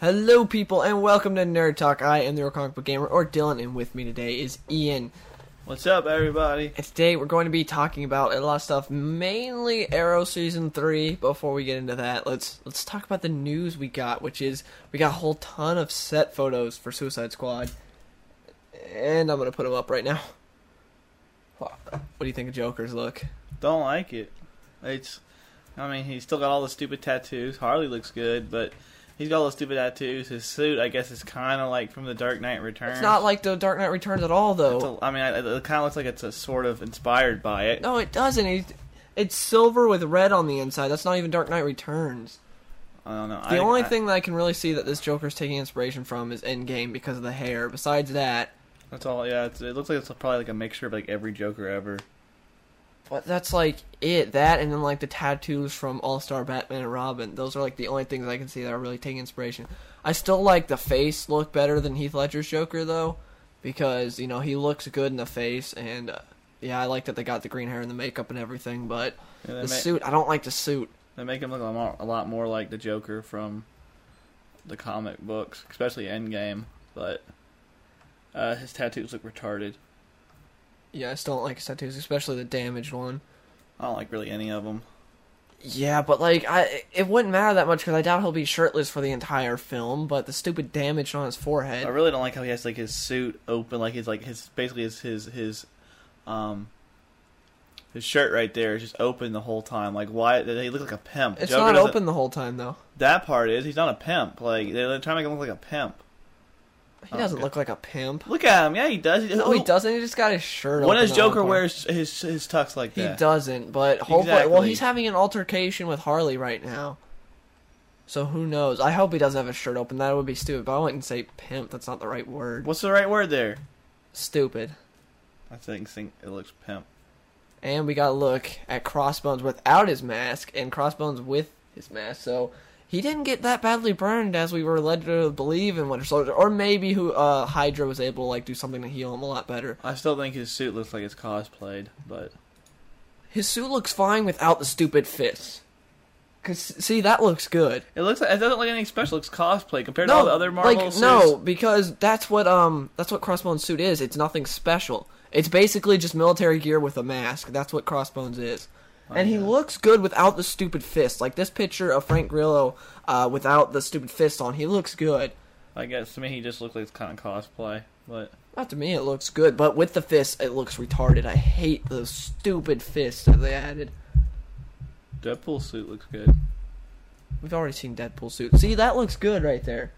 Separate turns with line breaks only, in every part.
Hello, people, and welcome to Nerd Talk. I am the Real Comic Book Gamer, or Dylan, and with me today is Ian.
What's up, everybody?
And today we're going to be talking about a lot of stuff, mainly Arrow season three. Before we get into that, let's let's talk about the news we got, which is we got a whole ton of set photos for Suicide Squad, and I'm gonna put them up right now. What do you think of Joker's look?
Don't like it. It's, I mean, he's still got all the stupid tattoos. Harley looks good, but he's got all the stupid tattoos. His suit, I guess, is kind of like from the Dark Knight Returns.
It's not like the Dark Knight Returns at all, though.
It's a- I mean, I- it kind of looks like it's a sort of inspired by it.
No, it doesn't. It- It's silver with red on the inside. That's not even Dark Knight Returns.
I don't know.
The
I,
only
I-
thing that I can really see that this Joker's taking inspiration from is Endgame because of the hair. Besides that,
that's all. Yeah, it's, it looks like it's probably like a mixture of like every Joker ever.
but that's like it. That and then like the tattoos from All Star Batman and Robin. Those are like the only things I can see that are really taking inspiration. I still like the face look better than Heath Ledger's Joker though, because you know he looks good in the face and uh, yeah, I like that they got the green hair and the makeup and everything. But
Yeah, they,
the
ma-
suit, I don't like the suit.
they make him look a lot, more, a lot more like the Joker from the comic books, especially Endgame. But uh, his tattoos look retarded.
Yeah, I still don't like his tattoos, especially the damaged one.
I don't like really any of them.
Yeah, but like I, it wouldn't matter that much because I doubt he'll be shirtless for the entire film. But the stupid damage on his
I
forehead,
really don't like how he has like his suit open, like his like his basically his his his um his shirt right there is just open the whole time. Like why they look like a pimp?
it's
Joker
not
doesn't-
open the whole time though.
That part is he's not a pimp. Like they're trying to make him look like a pimp.
He doesn't
Oh, okay.
look like a pimp.
Look at him. Yeah, he does.
No, he doesn't. He just got his shirt.
When
open
does
the whole
Joker
time.
wear his, his his tux like
He
that?
doesn't. But hopefully, well,
Exactly.
he's having an altercation with Harley right now. So who knows? I hope he doesn't have his shirt open. That would be stupid. But I wouldn't say pimp. That's not the right word.
What's the right word there?
Stupid.
I think think it looks pimp.
And we got a look at Crossbones without his mask and Crossbones with his mask. So he didn't get that badly burned as we were led to believe in Winter Soldier. Or maybe who uh, Hydra was able to like do something to heal him a lot better.
I still think his suit looks like it's cosplayed, but
His suit looks fine without the stupid fists. Cause see that looks good.
it looks like it doesn't look anything special. It's cosplay compared to all the other Marvel
like
suits.
no, because that's what um that's what Crossbones suit is. It's nothing special. It's basically just military gear with a mask. That's what Crossbones is.
Oh,
and he looks good without the stupid fist. Like this picture of Frank Grillo uh, without the stupid fist on, he looks good.
I guess to me he just looked like it's kind of cosplay, but
Not to me, it looks good, but with the fist, it looks retarded. I hate those stupid fists that they added.
Deadpool suit looks good.
We've already seen Deadpool suit. See, that looks good right there.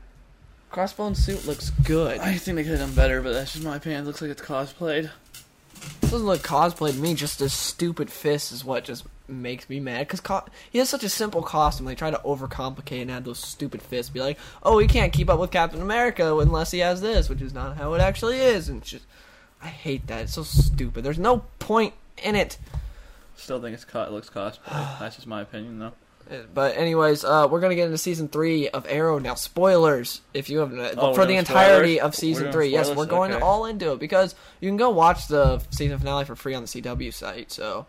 Crossbones suit looks good.
I think they could have done better, but that's just my opinion. It looks like it's cosplayed.
doesn't look cosplay to me. Just this stupid fist is what just makes me mad. Cause co- he has such a simple costume. They try to overcomplicate and add those stupid fists. Be like, oh, he can't keep up with Captain America unless he has this, which is not how it actually is. And it's just, I hate that. It's so stupid. There's no point in it.
Still think it's co- it looks cosplay. That's just my opinion, though.
Uh, But anyways, uh, we're gonna get into season three of Arrow now. Spoilers, if you haven't,
Oh, we're
for the
doing
entirety of
spoilers?
season
We're doing
three. Yes, we're
spoilers?
going
Okay.
all into it because you can go watch the season finale for free on the CW site. So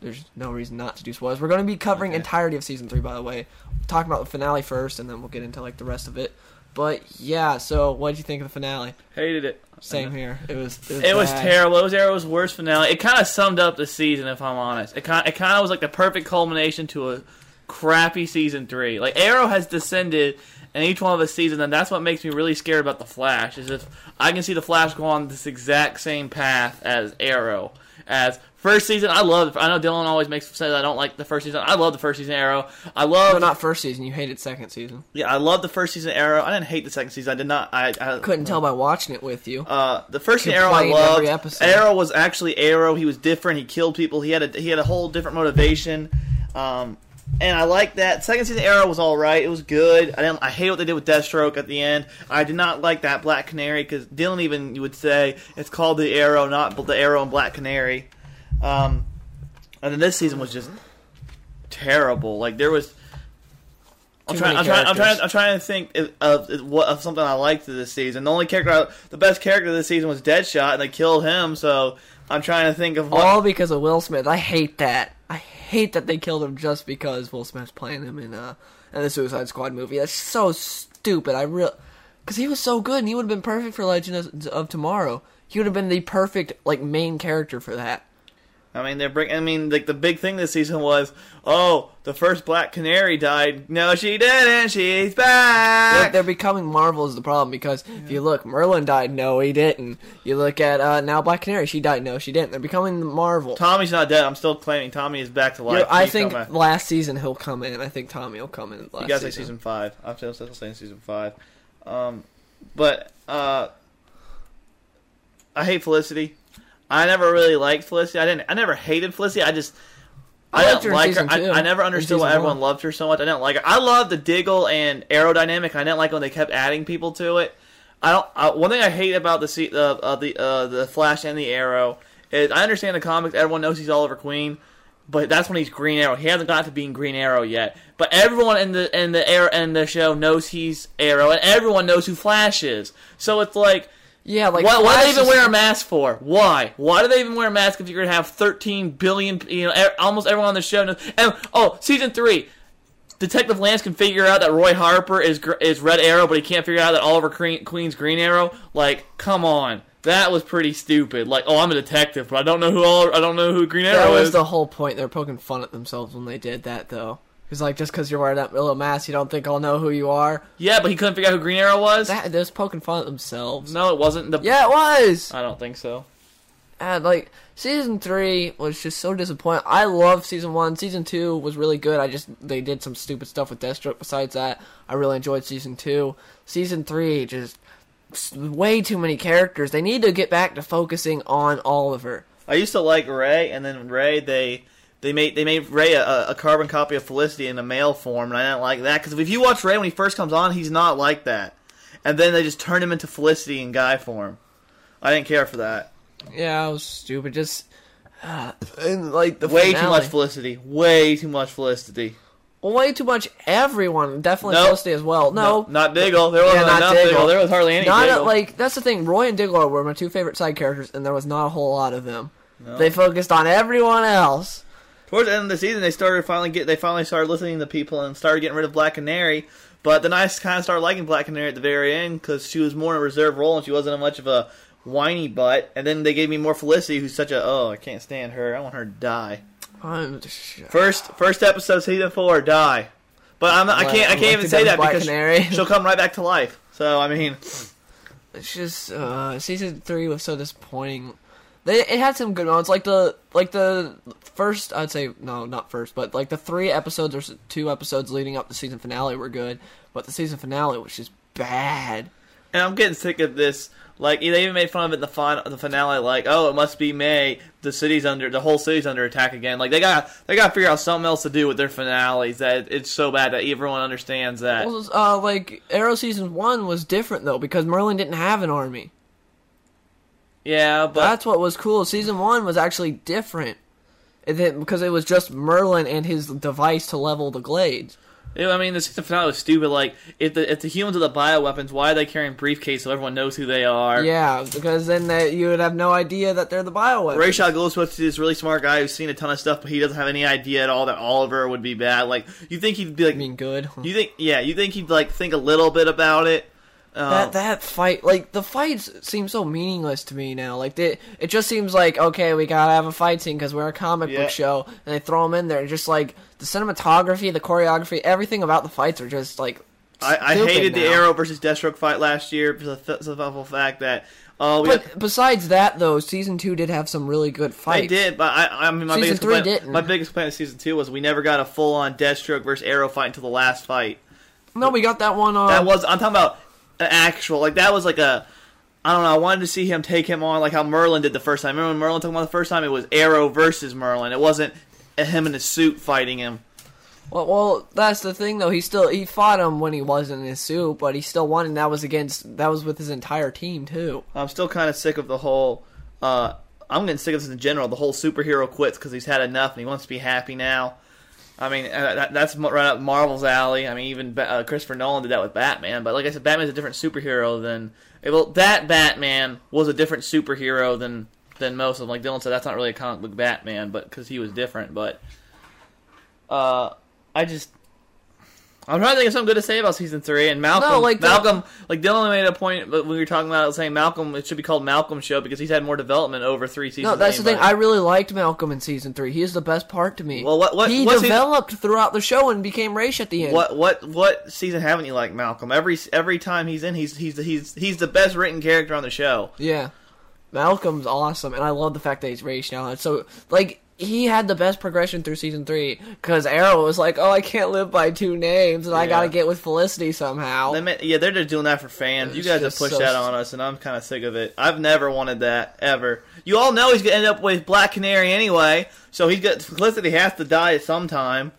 there's no reason not to do spoilers. We're gonna be covering
Okay.
entirety of season three, by the way. Talking about the finale first, and then we'll get into like the rest of it. But yeah, so what did you think of the finale?
Hated it.
Same here. It was. It was,
It was
bad.
terrible. It was Arrow's worst finale. It kind of summed up the season, if I'm honest. It kind it kind of was like the perfect culmination to a crappy season three. Like Arrow has descended in each one of the seasons, and that's what makes me really scared about the Flash. Is if I can see the Flash go on this exact same path as Arrow. As first season, I love. I know Dylan always makes says I don't like the first season. I love the first season of Arrow. I love.
No, not first season. You hated second season.
yeah, I love the first season of Arrow. I didn't hate the second season. I did not. I, I
Couldn't tell by watching it with you.
uh, the first
Complained
Arrow I
every
loved.
episode.
Arrow was actually Arrow. He was different. He killed people. He had a he had a whole different motivation, um, and I like that. Second season Arrow was all right. It was good. I didn't. I hate what they did with Deathstroke at the end. I did not like that Black Canary because Dylan even would say it's called the Arrow, not the Arrow and Black Canary. Um, and then this season was just terrible. Like there was. I'm
Too
trying,
many
I'm, trying, I'm, trying,
characters.
I'm trying to think of, of what of something I liked this season. The only character, I, the best character this season was Deadshot, and they killed him. So I'm trying to think of what.
All because of Will Smith. I hate that. I hate that they killed him just because Will Smith's playing him in uh in the Suicide Squad movie. That's so stupid. I real because he was so good and he would have been perfect for Legend of, of Tomorrow. He would have been the perfect like main character for that.
I mean, they're bring. I mean, like the big thing this season was, oh, the first Black Canary died. No, she didn't. She's
They're,
back.
they're becoming Marvel is the problem because if you look, Merlin died. No, he didn't. You look at uh, now Black Canary. She died. No, she didn't. They're becoming Marvel.
Tommy's not dead. I'm still claiming Tommy is back to
You
life.
know, I
Please
think
come back.
last season he'll come in. I think Tommy will come in. Last
you guys like
season.
season five. I'm still, still saying season five. Um, but uh, I hate Felicity. I never really liked Felicity. I didn't. I never hated Felicity. I just.
I
I,
liked her in
didn't like her.
season two,
I, I never
in
understood
season
why everyone
one.
loved her so much. I didn't like her. I loved the Diggle and aerodynamic. I didn't like when they kept adding people to it. I don't. I, one thing I hate about the se- uh, uh, the uh, the Flash and the Arrow is I understand the comics. Everyone knows he's Oliver Queen, but that's when he's Green Arrow. He hasn't got to being Green Arrow yet. But everyone in the in the air in the show knows he's Arrow, and everyone knows who Flash is. So it's like.
Yeah, like
why, why do they
Flash
even
is-
wear a mask for? Why? Why do they even wear a mask if you're gonna have 13 billion? You know, e- almost everyone on the show. Knows. And oh, season three, Detective Lance can figure out that Roy Harper is gr- is Red Arrow, but he can't figure out that Oliver Queen, Queen's Green Arrow. Like, come on, that was pretty stupid. Like, oh, I'm a detective, but I don't know who all I don't know who Green
That
Arrow
was
is.
the whole point. They're poking fun at themselves when they did that, though. Because like just because you're wearing that little mask, you don't think I'll know who you are.
yeah, but he couldn't figure out who Green Arrow was.
That they're just poking fun at themselves.
no, it wasn't the.
Yeah, it was.
I don't think so.
And like season three was just so disappointing. I love season one. Season two was really good. I just they did some stupid stuff with Deathstroke. Besides that, I really enjoyed season two. Season three just s- way too many characters. They need to get back to focusing on Oliver.
I used to like Ray, and then Ray they they made they made Ray a- a, a carbon copy of Felicity in a male form, and I didn't like that because if you watch Ray when he first comes on, he's not like that, and then they just turn him into Felicity in guy form. I didn't care for that.
Yeah, it was stupid. Just uh, and like the
Way too
finale.
much Felicity. Way too much Felicity.
way too much everyone definitely
Nope.
Felicity as well no,
not Diggle. There wasn't
not
enough Diggle.
Diggle.
There was hardly any.
not a-
Diggle.
like that's the thing roy and diggle were my two favorite side characters and there was not a whole lot of them they focused on everyone else
Towards the end of the season, they started finally get they finally started listening to people and started getting rid of Black Canary. But then I kind of started liking Black Canary at the very end because she was more in a reserve role and she wasn't much of a whiny butt. And then they gave me more Felicity, who's such a oh I can't stand her. I want her to die.
I'm, sh-
First first episode season four die. But I'm, I can't I
Well,
can't
I'd like
even
to
say
go
that
Black
because
Canary.
she'll come right back to life. So I mean,
it's just uh, season three was so disappointing they, it had some good moments like the like the first i'd say no not first but like the three episodes or s- two episodes leading up to season finale were good but the season finale was just bad
And I'm getting sick of this. Like they even made fun of it in the fin- the finale. Like, oh, it must be May. The city's under the whole city's under attack again. Like they got they got to figure out something else to do with their finales. That it's so bad that everyone understands that.
Well, uh, like Arrow season one was different though because Merlin didn't have an army.
yeah, but
That's what was cool. Season one was actually different, and then, because it was just Merlin and his device to level the glades.
yeah, I mean, the season finale was stupid. Like if the if the humans are the bioweapons, why are they carrying briefcase so everyone knows who they are?
Yeah, because then that you would have no idea that they're the bioweapon.
Rayshon Goldsmith is this really smart guy who's seen a ton of stuff, but he doesn't have any idea at all that Oliver would be bad. Like you think he'd be like,
I mean, good.
you think yeah, you think he'd like think a little bit about it. Um,
That that fight, like the fights, seem so meaningless to me now. Like they, it just seems like okay, we gotta have a fight scene because we're a comic
Yeah.
book show, and they throw them in there. And just like the cinematography, the choreography, everything about the fights are just like.
I, I
stupid
hated the
now.
Arrow versus Deathstroke fight last year because of the simple fact that oh we
But besides that, though, season two did have some really good
I
fights.
did, but I, I mean my
Season
biggest
three
complaint,
didn't.
my biggest complaint of season two was we never got a full on Deathstroke versus Arrow fight until the last fight.
No, we got that one on.
That was I'm talking about an actual like that was like a I don't know. I wanted to see him take him on like how Merlin did the first time. Remember when Merlin took him on the first time? It was Arrow versus Merlin. It wasn't him in his suit fighting him.
well, well, that's the thing though. He still he fought him when he was in his suit, but he still won, and that was against that was with his entire team too.
I'm still kind of sick of the whole. Uh, I'm getting sick of this in general. The whole superhero quits because he's had enough and he wants to be happy now. I mean, uh, that, that's mo- right up Marvel's alley. I mean, even Ba- uh, Christopher Nolan did that with Batman. But like I said, Batman's a different superhero than eh, well, that Batman was a different superhero than than most of them. Like Dylan said, that's not really a comic book Batman, but because he was different. But uh, I just I'm trying to think of something good to say about season three and Malcolm.
No, like,
Malcolm, like Dylan made a point when we were talking about it, saying Malcolm. It should be called Malcolm Show because he's had more development over three seasons.
No,
than
that's the thing. I
anybody.
really liked Malcolm in season three. He is the best part to me.
Well, what- what-
he
what's his-
developed throughout the show and became Raish at the end.
What what what season haven't you liked Malcolm? Every every time he's in, he's he's he's he's the best written character on the show.
Yeah, Malcolm's awesome, and I love the fact that he's Raish now. It's so like he had the best progression through season three because Arrow was like, "Oh, I can't live by two names, and I
Yeah.
got to get with Felicity somehow."
They ma- yeah, they're just doing that for fans. You
It's
guys have
just
pushed
so
that
st-
on us, and I'm kind of sick of it. I've never wanted that ever. You all know he's gonna end up with Black Canary anyway, so he's got Felicity has to die at some time.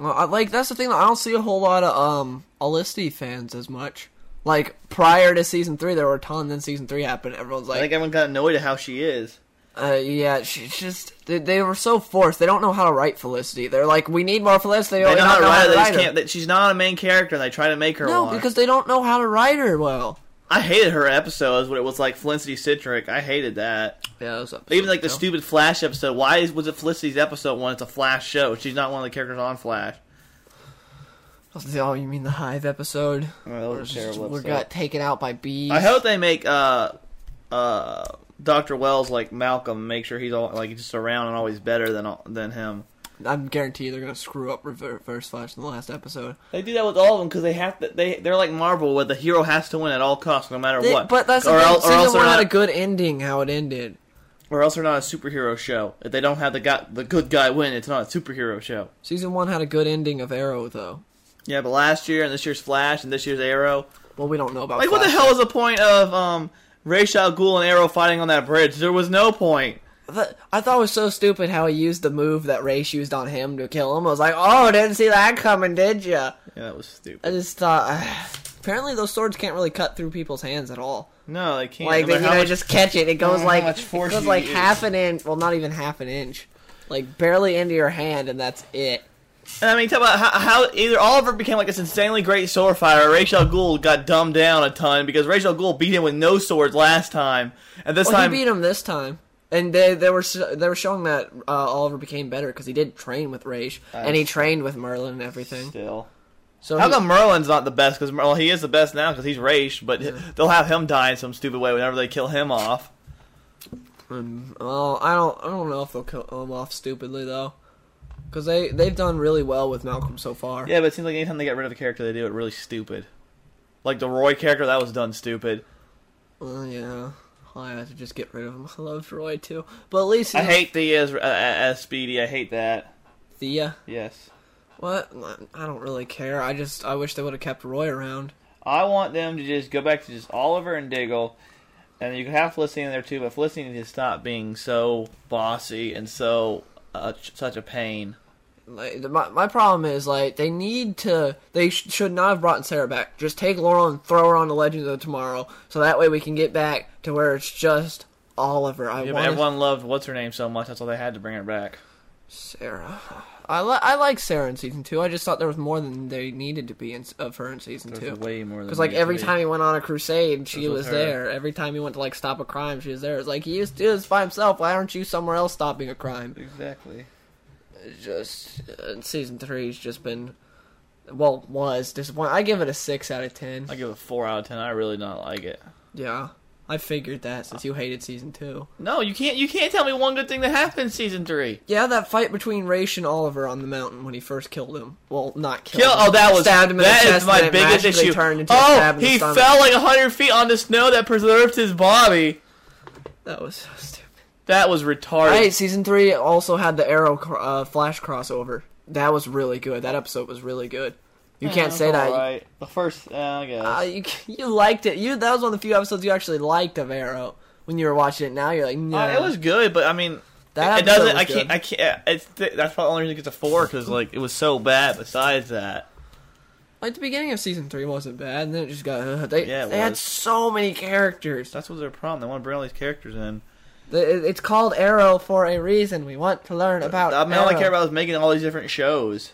Well, I, like that's the thing. I don't see a whole lot of um Felicity fans as much. Like prior to season three, there were a ton. Then season three happened. Everyone's
I
like,
think everyone got annoyed at how she is.
Uh, yeah, she, it's just they, they were so forced. They don't know how to write Felicity. They're like, we need more Felicity.
They
but
know
don't
how to write. her, They just
her.
can't. That she's not a main character, and they try to make her
no,
one.
because they don't know how to write her well.
I hated her episodes when it was like Felicity Citric. I hated that.
Yeah, that was
Even like the stupid Flash episode. Why is, was it Felicity's episode when it's a Flash show? She's not one of the characters on Flash.
Oh, you mean the Hive episode?
Oh, that was a
Just-
terrible
we
episode.
got taken out by bees.
I hope they make uh uh Dr. Wells like Malcolm, make sure he's all like he's just around and always better than than him.
I'm guaranteed they're gonna screw up Rever- Reverse Flash in the last episode.
They do that with all of them because they have to. They they're like Marvel, where the hero has to win at all costs, no matter
They-
what.
But that's the
or,
thing.
el- or
season
else
one
they're
had
not,
a good ending. How it ended.
or else they're not a superhero show. If they don't have the guy, the good guy win, it's not a superhero show.
Season one had a good ending of Arrow, though.
Yeah, but last year and this year's Flash and this year's Arrow,
Well, we don't know about
like what the
Flash.
hell is the point of um Ra's al Ghul and Arrow fighting on that bridge? There was no point.
Th- I thought it was so stupid how he used the move that Race used on him to kill him. I was like, oh, didn't see that coming, did ya?
Yeah, that was stupid.
I just thought. apparently, those swords can't really cut through people's hands at all.
No, they can't.
Like they,
no
you
matter how
know,
much-
just catch it. It
matter
goes
how
like
much
it
force
goes
you
like
use.
half an inch. Well, not even half an inch. Like barely into your hand, and that's it.
And I mean, talk about how, how either Oliver became like this insanely great sword fighter, or Rachel Gould got dumbed down a ton because Rachel Gould beat him with no swords last time, and this
Well,
time
he beat him this time. And they, they were s- they were showing that uh, Oliver became better because he did train with Raish and he trained with Merlin and everything.
still.
So
How
he-
come Merlin's not the best? Because well, he is the best now because he's Raish, but they'll have him die in some stupid way whenever they kill him off.
Um, well, I don't, I don't know if they'll kill him off stupidly though, because they they've done really well with Malcolm so far.
Yeah, but it seems like anytime they get rid of a character, they do it really stupid. Like the Roy character, that was done stupid.
Well, yeah. I had to just get rid of him. I love Roy too, but at least
I
he's
hate the as, uh, as Speedy. I hate that.
Thea.
Yes.
uh, What? I don't really care. I just I wish they would have kept Roy around.
I want them to just go back to just Oliver and Diggle, and you can have Felicity in there too, but Felicity needs to stop being so bossy and so uh, ch- such a pain.
Like the- my my problem is like they need to they sh- should not have brought Sarah back. Just take Laurel and throw her on the Legends of Tomorrow, so that way we can get back to where it's just Oliver. I
Yeah, but
want
everyone loved what's her name so much, that's all they had to bring her back.
Sarah. I li- I like Sarah in season two. I just thought there was more than they needed to be in, of her in season
There's
two.
way more than
Because like
needed to
every
be.
time he went on a crusade, she
There's with
was
her.
there. Every time he went to like stop a crime, she was there. It's like he used to do this by himself. Why aren't you somewhere else stopping a crime?
exactly.
It's Just uh, season three's just been, well, was disappointing. I give it a six out of ten.
I give it four out of ten. I really not like it.
yeah, I figured that since you hated season two.
No, you can't. You can't tell me one good thing that happened in season three.
Yeah, that fight between Raish and Oliver on the mountain when he first killed him. Well, not killed.
Kill,
him.
oh, that was
stabbed him in
that
the
is
chest and
my
then it
biggest
magically
issue.
Turned into a stab
oh,
in the
he
stomach.
fell like hundred feet on the snow that preserved his body.
That was so stupid.
That was retarded.
All right, season three also had the Arrow cro- uh, Flash crossover. That was really good. That episode was really good. You can't say that.
Right. The first, uh, I guess.
Uh, you you liked it. You that was one of the few episodes you actually liked of Arrow when you were watching it. Now you're like, no,
Uh, it was good, but I mean,
That
it doesn't.
episode was
I can't.
good.
I can't. uh, It's th- that's probably the only reason it gets a four because like it was so bad. Besides that,
like the beginning of season three wasn't bad, and then it just got uh, they
Yeah, it
they had
was.
so many characters.
that's what their problem. They want to bring all these characters in.
The- it- It's called Arrow for a reason. We want to learn about.
Uh, I mean, all I
Arrow.
care about is making all these different shows.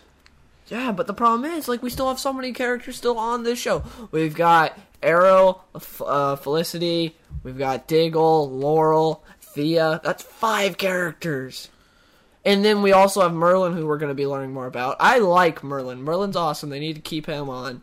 Yeah, but the problem is, like, we still have so many characters still on this show. We've got Arrow, F- uh, Felicity, we've got Diggle, Laurel, Thea. That's five characters. And then we also have Merlin, who we're going to be learning more about. I like Merlin. Merlin's awesome. They need to keep him on.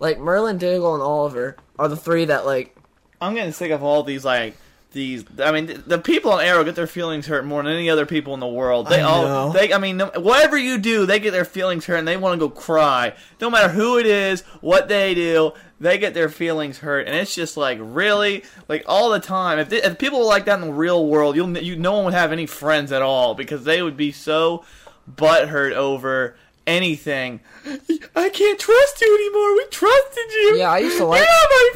Like Merlin, Diggle, and Oliver are the three that like.
I'm getting sick of all these like these. I mean, th- the people on Arrow get their feelings hurt more than any other people in the world. They
I
all
know.
they. I mean, no, whatever you do, they get their feelings hurt and they want to go cry. No matter who it is, what they do, they get their feelings hurt, and it's just like really like all the time. If, th- if people were like that in the real world, you'll n- you no one would have any friends at all because they would be so butthurt over. Anything, I can't trust you anymore. We trusted you.
Yeah, I used to like-
You're not my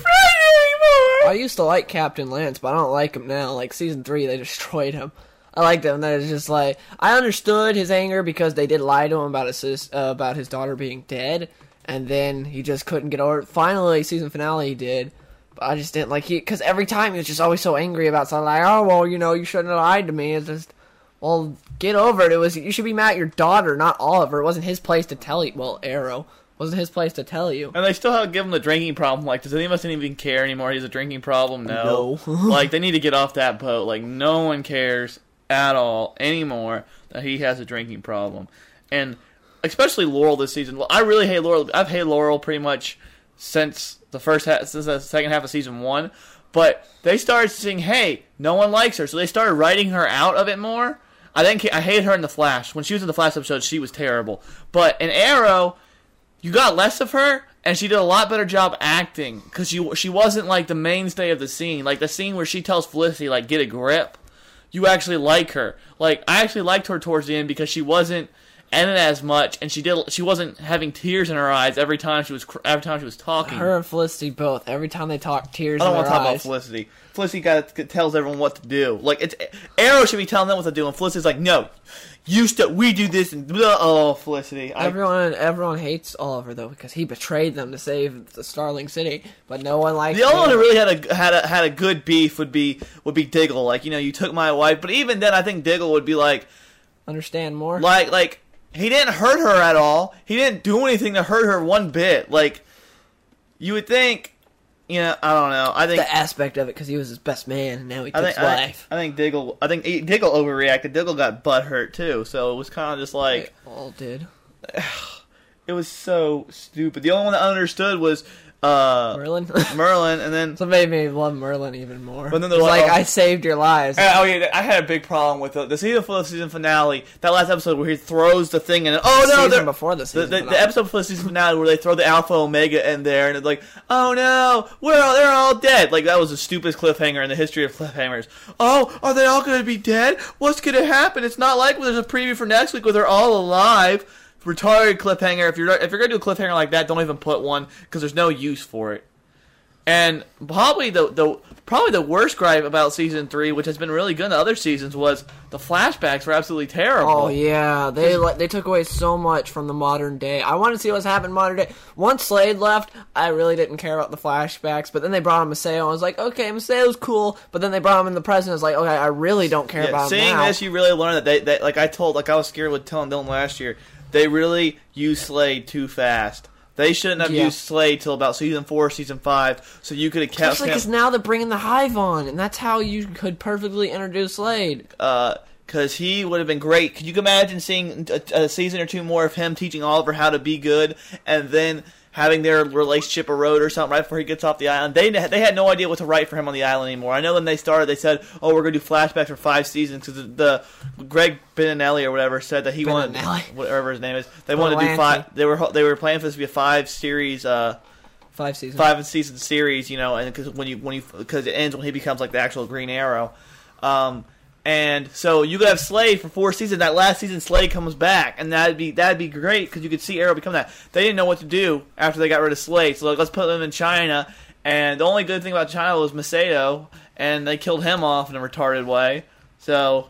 friend anymore.
I used to like Captain Lance, but I don't like him now. Like season three, they destroyed him. I liked him. That is just like I understood his anger because they did lie to him about his sis- uh, about his daughter being dead, and then he just couldn't get over. it. Finally, season finale, he did. But I just didn't like he because every time he was just always so angry about something. Like, oh well, you know, you shouldn't have lied to me. It's just well, get over it. It was you should be mad at your daughter, not Oliver. It wasn't his place to tell you. Well, Arrow wasn't his place to tell you.
And they still have give him the drinking problem. Like, does any of us even care anymore? He's a drinking problem. No.
No.
like, they need to get off that boat. Like, no one cares at all anymore that he has a drinking problem. And especially Laurel this season. Well, I really hate Laurel. I've hated Laurel pretty much since the first half, since the second half of season one. But they started seeing, hey, no one likes her, so they started writing her out of it more. I didn't. ca- I hated her in the Flash. When she was in the Flash episode, she was terrible. But in Arrow, you got less of her and she did a lot better job acting because she, she wasn't like the mainstay of the scene like the scene where she tells felicity like get a grip you actually like her like i actually liked her towards the end because she wasn't in it as much and she did she wasn't having tears in her eyes every time she was cr- every time she was talking
Her and Felicity both. Every time they talk, tears.
I don't
in
want to talk about
eyes.
Felicity. Felicity got tells everyone what to do. Like it's Arrow should be telling them what to do, and Felicity's like, "No, you st- we do this." And blah. oh, Felicity, I
Everyone, everyone hates Oliver though because he betrayed them to save the Starling City, but no one likes.
The only
him.
one who really had a had a had a good beef would be would be Diggle. Like you know, you took my wife, but even then, I think Diggle would be like
understand more.
like like he didn't hurt her at all. He didn't do anything to hurt her one bit. Like you would think, you know, I don't know. I think
the aspect of it because he was his best man and now he took
I think
his
I,
life.
I think Diggle I think he- Diggle overreacted. Diggle got butt hurt too, so it was kind of just like.
They all did.
It was so stupid. The only one that understood was uh,
Merlin.
Merlin, and then
so made me love Merlin even more.
But then they're
He's
like,
like,
oh.
I saved your lives.
Uh, oh yeah, I had a big problem with the, the season for the season finale. That last episode where he throws the thing in. Oh no,
season
they're-
before the
the,
season.
the,
finale.
the episode for the season finale where they throw the Alpha Omega in there, and it's like, oh no, we're all, they're all dead. Like that was the stupidest cliffhanger in the history of cliffhangers. Oh, are they all going to be dead? What's going to happen? It's not like there's a preview for next week where they're all alive. Retarded cliffhanger. If you're if you're going to do a cliffhanger like that, don't even put one because there's no use for it. And probably the the probably the worst gripe about season three, which has been really good in the other seasons, was the flashbacks were absolutely terrible.
Oh yeah, they like they took away so much from the modern day. I want to see what's happened in modern day. Once Slade left, I really didn't care about the flashbacks. But then they brought him Maseo. I was like, okay, Maseo's cool. But then they brought him in the present. I was like, okay, I really don't care
Yeah,
about him
seeing
now.
this, you really learn that they, they like I told like I was scared with telling Dylan last year. They really used Slade too fast. They shouldn't have
Yeah.
used Slade till about season four, season five. So you could have kept
because
him
now they're bringing the Hive on, and that's how you could perfectly introduce Slade.
because uh, he would have been great. Could you imagine seeing a, a season or two more of him teaching Oliver how to be good, and then having their relationship erode or something right before he gets off the island? They they had no idea what to write for him on the island anymore. I know when they started, they said, "Oh, we're gonna do flashbacks for five seasons," because the, the Greg Beninelli or whatever said that he wanted
Beninelli.
whatever his name is. They wanted to do
Belanti.
five. They were ho- they were planning for this to be a five series. Uh,
Five seasons.
five season series, you know, and because when you when you because it ends when he becomes like the actual Green Arrow, um, and so you could have Slade for four seasons. That last season, Slade comes back, and that'd be that'd be great because you could see Arrow become that. They didn't know what to do after they got rid of Slade, so like, let's put them in China. And the only good thing about China was Masato, and they killed him off in a retarded way. So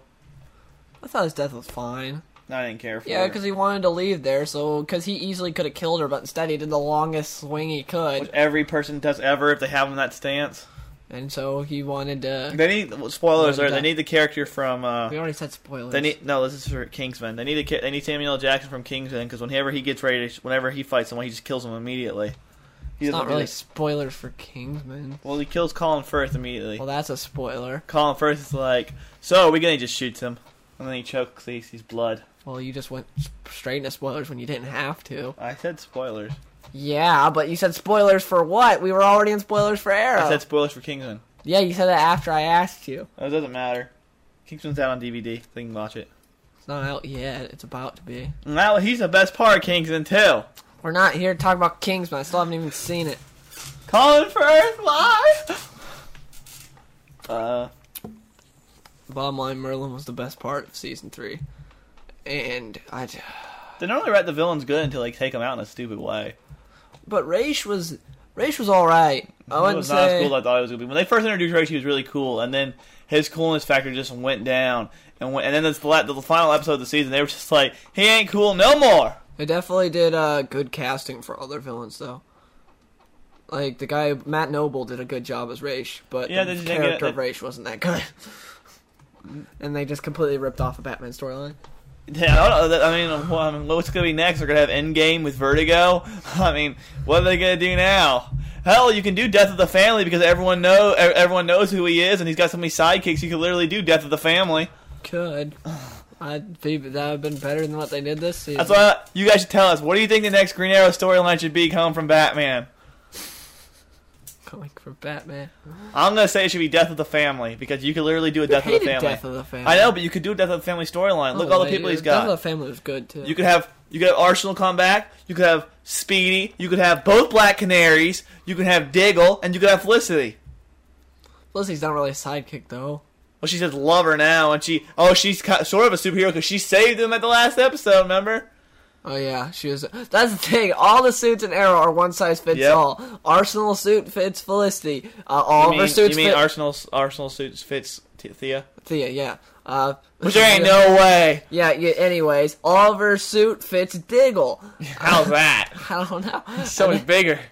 I thought his death was fine.
I didn't care for
Yeah,
it.
because he wanted to leave there, so because he easily could have killed her, but instead he did the longest swing he could,
Which every person does ever if they have him in that stance.
and so he wanted to.
They need spoilers. there. They need the character from uh,
We already said spoilers.
They need no. This is for Kingsman. They need a, ki- they need Samuel L. Jackson from Kingsman because whenever he gets ready, to, whenever he fights someone, he just kills him immediately. He
It's
doesn't
not
do
really
that.
spoilers for Kingsman.
Well, he kills Colin Firth immediately.
Well, that's a spoiler.
Colin Firth is like, so are we gonna just shoot him? And then he chokes. He sees blood.
Well, you just went straight into spoilers when you didn't have to.
I said spoilers.
Yeah, but you said spoilers for what? We were already in spoilers for Arrow.
I said spoilers for Kingsman.
yeah, you said that after I asked you.
It doesn't matter. Kingsman's out on DVD. They can watch it.
It's not out yet. It's about to be.
Now he's the best part of Kingsman too.
We're not here to talk about Kingsman. I still haven't even seen it.
Colin Firth live. Uh,
Bottom line, Merlin was the best part of season three, and I. j-
they normally write the villains good until they take them out in a stupid way.
But Raish was Raish was all right. I
it
wouldn't
was not as
say.
cool as I thought it was gonna be. When they first introduced Raish, he was really cool, and then his coolness factor just went down. And went, and then this the, la- the final episode of the season, they were just like, "He ain't cool no more."
They definitely did uh, good casting for other villains, though. Like the guy Matt Noble did a good job as Raish, but
Yeah, they
the
just didn't get
character
it-
of Raish wasn't that good. and they just completely ripped off a Batman storyline.
Yeah, I, don't know. I mean, well, I mean, what's gonna be next? They're gonna have Endgame with Vertigo. I mean, what are they gonna do now? Hell, you can do Death of the Family because everyone know e- everyone knows who he is, and he's got so many sidekicks. You could literally do Death of the Family. Could.
I'd be that would have been better than what they did this season.
That's why you guys should tell us. What do you think the next Green Arrow storyline should be coming from Batman?
Coming for Batman.
I'm gonna say it should be Death of the Family because you could literally do a Death of the
Hated
Family.
Death of the Family.
I know, but you could do a Death of the Family storyline. Look
Oh,
all the
wait,
people he's
Death of
got.
the Family was good too.
You could have you could have Arsenal come back. You could have Speedy. You could have both Black Canaries. You could have Diggle, and you could have Felicity.
Plus, he's not really a sidekick though.
Well, she says love her now, and she oh she's ki sort of a superhero because she saved him at the last episode. Remember?
Oh yeah, she was. That's the thing. All the suits in Arrow are one size fits
Yep.
all. Arsenal suit fits Felicity. Uh, all
You
of her
mean,
suits
you mean
fit
Arsenal Arsenal suits fits T- Thea?
Thea. Yeah. Uh,
Which there ain't no way.
Yeah, yeah. Anyways, all of her suit fits Diggle.
How's that?
I don't know.
So
And
much bigger.
then-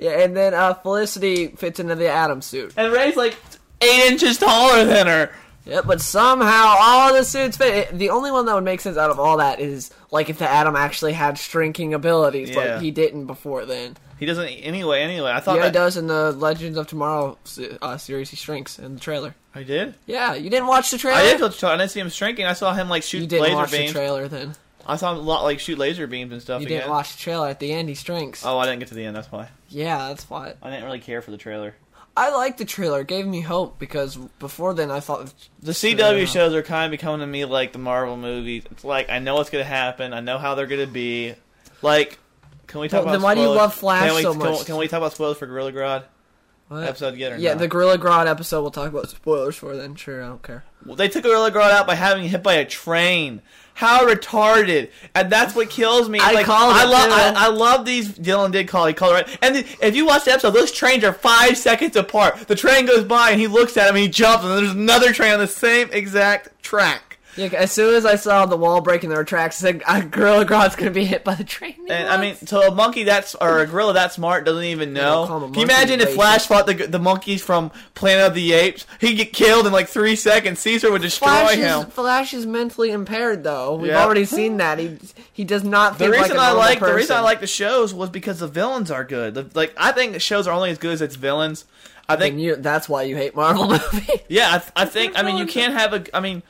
yeah, and then uh, Felicity fits into the Atom suit.
And Ray's like eight inches taller than her.
Yeah, but somehow all the suits fit. It- the only one that would make sense out of all that is like if the Atom actually had shrinking abilities,
Yeah.
like he didn't before then.
He doesn't anyway. Anyway, I thought
yeah,
that
he does in the Legends of Tomorrow se- uh, series. He shrinks in the trailer.
I did.
Yeah, you didn't watch the trailer.
I did. feel- I didn't see him shrinking. I saw him like
you
shoot
didn't
laser
watch
beams.
the trailer then.
I saw him a lot like shoot laser beams and stuff.
You
again.
didn't watch the trailer. At the end, he shrinks.
Oh, I didn't get to the end. That's why
Yeah, that's why.
I didn't really care for the trailer.
I liked the trailer. It gave me hope because before then I thought
The CW
Yeah.
shows are kind of becoming to me like the Marvel movies. It's like I know what's gonna happen. I know how they're gonna be. Like, can we talk
Well,
about?
then why do you
spoilers?
love Flash
can we,
so
Can,
much?
can we talk about spoilers for Gorilla Grodd
what?
episode yet or
yeah,
not?
the Gorilla Grodd episode. We'll talk about spoilers for then. Sure, I don't care.
Well, they took Gorilla Grodd out by having him hit by a train. How retarded! And that's what kills me.
I
like,
called
I
it,
love.
too.
I, I love these. Dylan did call. He called it right. And the, if you watch the episode, those trains are five seconds apart. The train goes by, and he looks at him, and he jumps, and then there's another train on the same exact track.
Yeah, as soon as I saw the wall breaking their tracks, I said "Ah, Gorilla Grodd's gonna be hit by the train.
And I mean, so a monkey that's or a gorilla that smart doesn't even know.
don't call him a
Can you
monkey,
imagine if
racist.
Flash fought the the monkeys from Planet of the Apes? He'd get killed in like three seconds. Caesar would destroy
Flash
him.
is, Flash is mentally impaired, though. We've
Yeah.
already seen that. He he does not.
the
think
reason
like a
I
normal
like the reason I
person.
like the shows was because the villains are good. The, like I think the shows are only as good as its villains. I
And
think
you, that's why you hate Marvel movies.
yeah, I, th- I think I mean you can't have a I mean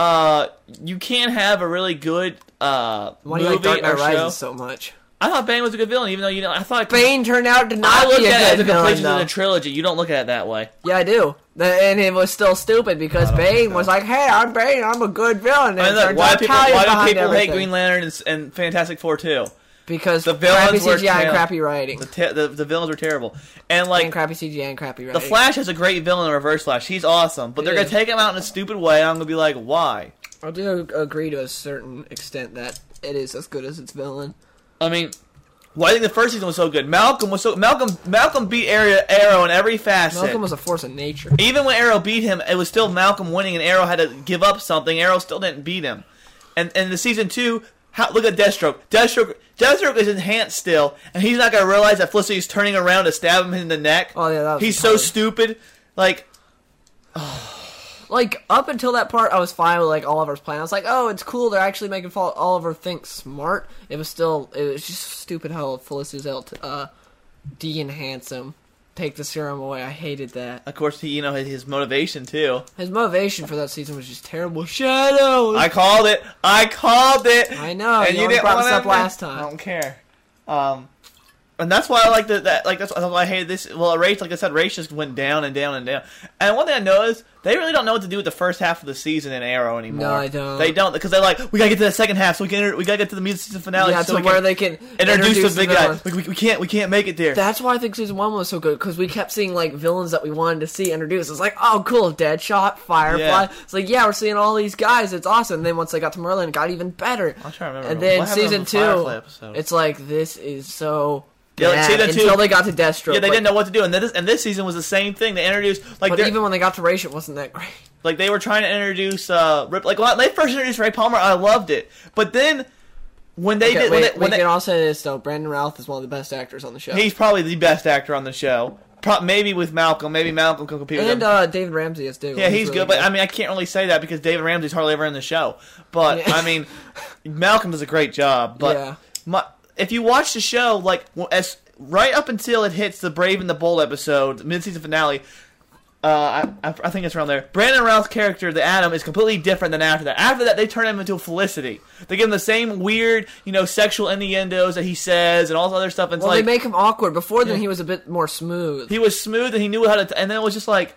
uh you can't have a really good uh
Why do you
movie
like Dark Knight
or show.
Rises so much?
I thought Bane was a good villain even though you know I thought
Bane turned out to
I
not
look
be a
at it as
good
a
villain,
completion of
though.
the trilogy. You don't look at it that way.
yeah, I do. Th- And it was still stupid because Bane was like, "Hey, I'm Bane. I'm a good villain." And
I
it
know,
turns
why
out
do people,
Italian
why do
behind
people hate
everything.
Green Lantern and, and Fantastic Four too?
Because
The
crappy
villains were
CGI and
terrible.
crappy writing.
The, te- the the villains were terrible, and like
and crappy CGI and crappy
the
writing.
Flash has a great villain in Reverse Flash. He's awesome, but they're
Yeah.
gonna take him out in a stupid way. and I'm gonna be like, why?
I do agree to a certain extent that it is as good as its villain.
I mean, well, I think the first season was so good. Malcolm was so Malcolm Malcolm beat Arrow, Arrow in every facet.
Malcolm was a force of nature.
Even when Arrow beat him, it was still Malcolm winning, and Arrow had to give up something. Arrow still didn't beat him. And and the season two, how, look at Deathstroke. Deathstroke Deathstroke is enhanced still, and he's not gonna realize that Felicity's turning around to stab him in the neck.
Oh, yeah, that was
he's so
retarded.
stupid. Like
Like up until that part, I was fine with like Oliver's plan. I was like, "Oh, it's cool. They're actually making Fol- Oliver think smart." It was still, it was just stupid how Felicity's able to uh, de-enhance him take the serum away. I hated that.
Of course, he, you know his, his motivation too.
His motivation for that season was just terrible. Shadow.
I called it. I called it.
I know, you only brought this
wanna
up last
admit-
time.
I don't care. Um, and that's why I like the, that. Like that's why I hate this. Well, race, like I said, race just went down and down and down. And one thing I noticed, they really don't know what to do with the first half of the season in Arrow anymore.
No, I don't.
They don't because they're like, we gotta get to the second half, so we can. We gotta get to the music season finale.
yeah,
so
to
we
where
can
they can
introduce, the big guy.
villain.
We, we, we can't. We can't make it there.
That's why I think season one was so good because we kept seeing like villains that we wanted to see introduced. It's like, oh, cool, Deadshot, Firefly.
Yeah.
It's like, yeah, we're seeing all these guys. It's awesome. And then once they got to Merlin, it got even better.
I'm trying to remember.
And then
What happened
season
on the
two,
Firefly episode?
it's like this is so.
Yeah, like,
bad
season two-
until they got to Deathstroke.
yeah, they
like,
didn't know what to do, and this and this season was the same thing. They introduced like
But
they're-
even when they got to Raish, it wasn't that great.
Like they were trying to introduce uh Rip. Like when they first introduced Ray Palmer, I loved it. But then when they
Okay, wait,
did, when they, when
we
they,
can all say this though. Brandon Routh is one of the best actors on the show,
he's probably the best actor on the show. Pro- maybe with Malcolm, maybe Malcolm can compete with
and
him.
uh, David Ramsey is too.
yeah, he's,
really
good, But I mean, I can't really say that because David Ramsey's hardly ever in the show. But
Yeah.
I mean, Malcolm does a great job. But
Yeah.
my, if you watch the show, like well, as right up until it hits the Brave and the Bold episode, mid-season finale, uh, I, I, I think it's around there. Brandon Routh's character, the Atom, is completely different than after that. After that, they turn him into a Felicity. They give him the same weird, you know, sexual innuendos that he says and all this other stuff. And it's
well,
like
they make him awkward. Before then,
Yeah.
he was a bit more smooth.
he was smooth and he knew how to. T- and then it was just like,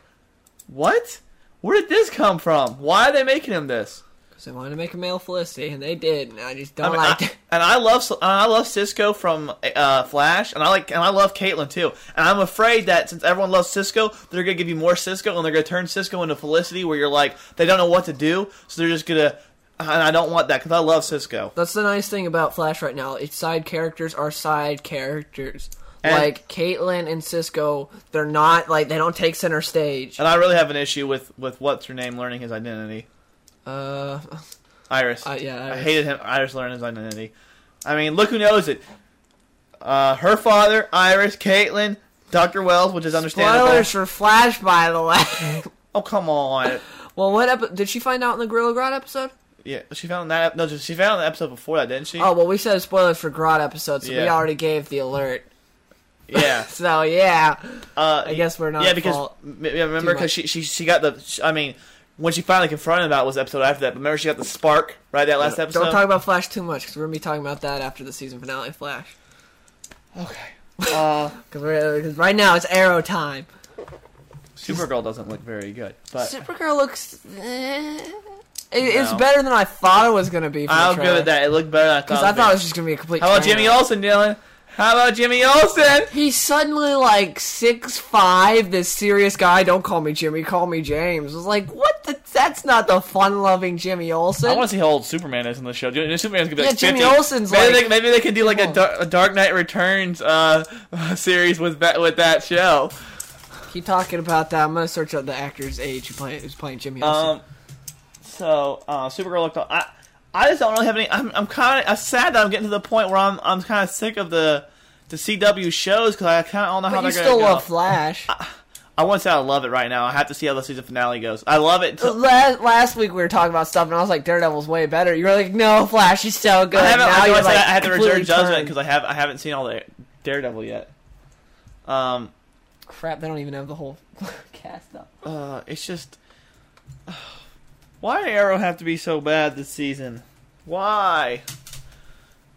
what? Where did this come from? Why are they making him this?
So they wanted to make a male Felicity, and they did. And I just don't
I mean,
like
I-
it.
and I love and I love Cisco from uh, Flash, and I like and I love Caitlyn too. And I'm afraid that since everyone loves Cisco, they're gonna give you more Cisco, and they're gonna turn Cisco into Felicity, where you're like they don't know what to do, so they're just gonna. And I don't want that because I love Cisco.
That's the nice thing about Flash right now. Its side characters are side characters.
And-
like Caitlyn and Cisco, they're not like they don't take center stage.
And I really have an issue with with what's her name learning his identity.
Uh,
Iris.
Uh, yeah,
I
Iris.
hated him. Iris learned his identity. I mean, look who knows it. Uh, her father, Iris, Caitlyn, Doctor Wells, which is understandable.
spoilers for Flash, by the way.
Oh come on!
well, what epi- did she find out in the Gorilla Grodd episode?
Yeah, she found that. ep- No, she found the episode before that, didn't she?
Oh well, we said spoilers for Grodd episode, so we
Yeah.
already gave the alert.
yeah.
So yeah,
Uh,
I guess we're not.
yeah, because
fault.
m- yeah, remember
too much.
because she, she she got the. sh I mean, when she finally confronted about was the episode after that. But remember, she got the spark right that last episode.
Don't talk about Flash too much because we're gonna be talking about that after the season finale of Flash.
okay. Uh,
Because right now it's Arrow time.
Supergirl doesn't look very good, but
Supergirl looks. eh, it- It's
No.
better than I thought it was gonna be. For
I'll give it that. It looked better than I thought.
Because
it
I
would be.
thought it was just gonna be a complete.
How about
train
Jimmy
wreck.
Olsen, Dylan? How about Jimmy Olsen?
He's suddenly like six five. This serious guy. Don't call me Jimmy. Call me James. I was like, what? The, that's not the fun-loving Jimmy
I want
Olsen.
to see how old Superman is in the show. Do you- Superman's gonna be like
Yeah, Jimmy
50.
Olsen's
maybe
like-
they, maybe they can do like a
Come on.
Dark, a Dark Knight Returns uh, series with that with that show.
Keep talking about that. I'm gonna search up the actor's age who play, who's playing Jimmy Olsen.
Um, so uh, Supergirl looked. I I just don't really have any. I'm I'm kind of sad that I'm getting to the point where I'm I'm kind of sick of the the CW shows because I kind of don't know
but
how they're
you still
gonna
love
go.
Flash.
I want to say I love it right now. I have to see how the season finale goes. I love it. till-
last, last week we were talking about stuff, and I was like, Daredevil's way better. You were like, no, Flash is so good.
I haven't.
now
I, know I
you're
said
like,
I had to
completely
reserve judgment
turned.
because I have I haven't seen all the Daredevil yet. Um,
Crap, they don't even have the whole cast up.
uh, it's just why did Arrow have to be so bad this season? Why?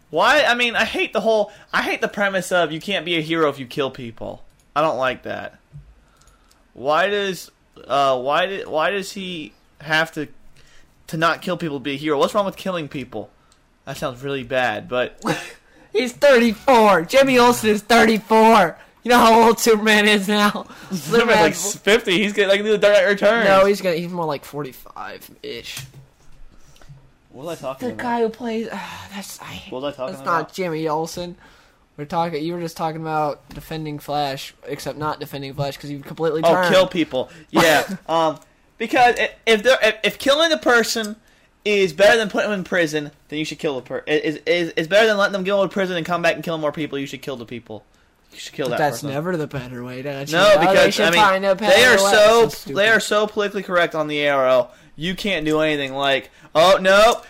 Why? I mean, I hate the whole. I hate the premise of you can't be a hero if you kill people. I don't like that. Why does? Uh, why did? Why does he have to to not kill people to be a hero? What's wrong with killing people? That sounds really bad, but
He's 34. Jimmy Olsen is 34. You know how old Superman is now.
Superman's like fifty. He's gonna like do the Dark Knight Returns.
no, he's gonna. He's more like 45 ish.
what was I talking
The
about?
guy who plays. ah, that's I.
what was I talking
That's
about?
not Jimmy Olsen. We're talking. You were just talking about defending Flash, except not defending Flash because you completely
Oh,
turned.
kill people. Yeah. um, because i- if there, if, if killing a person is better than putting them in prison, then you should kill the person. Is, is is better than letting them go to prison and come back and kill more people. You should kill the people. You should kill
But
that
that's
person.
never the better way to achieve.
no,
it. they
because
should
I mean
find a
they
better
are
way.
so
That's
they are so politically correct on the arrow. You can't do anything like oh no.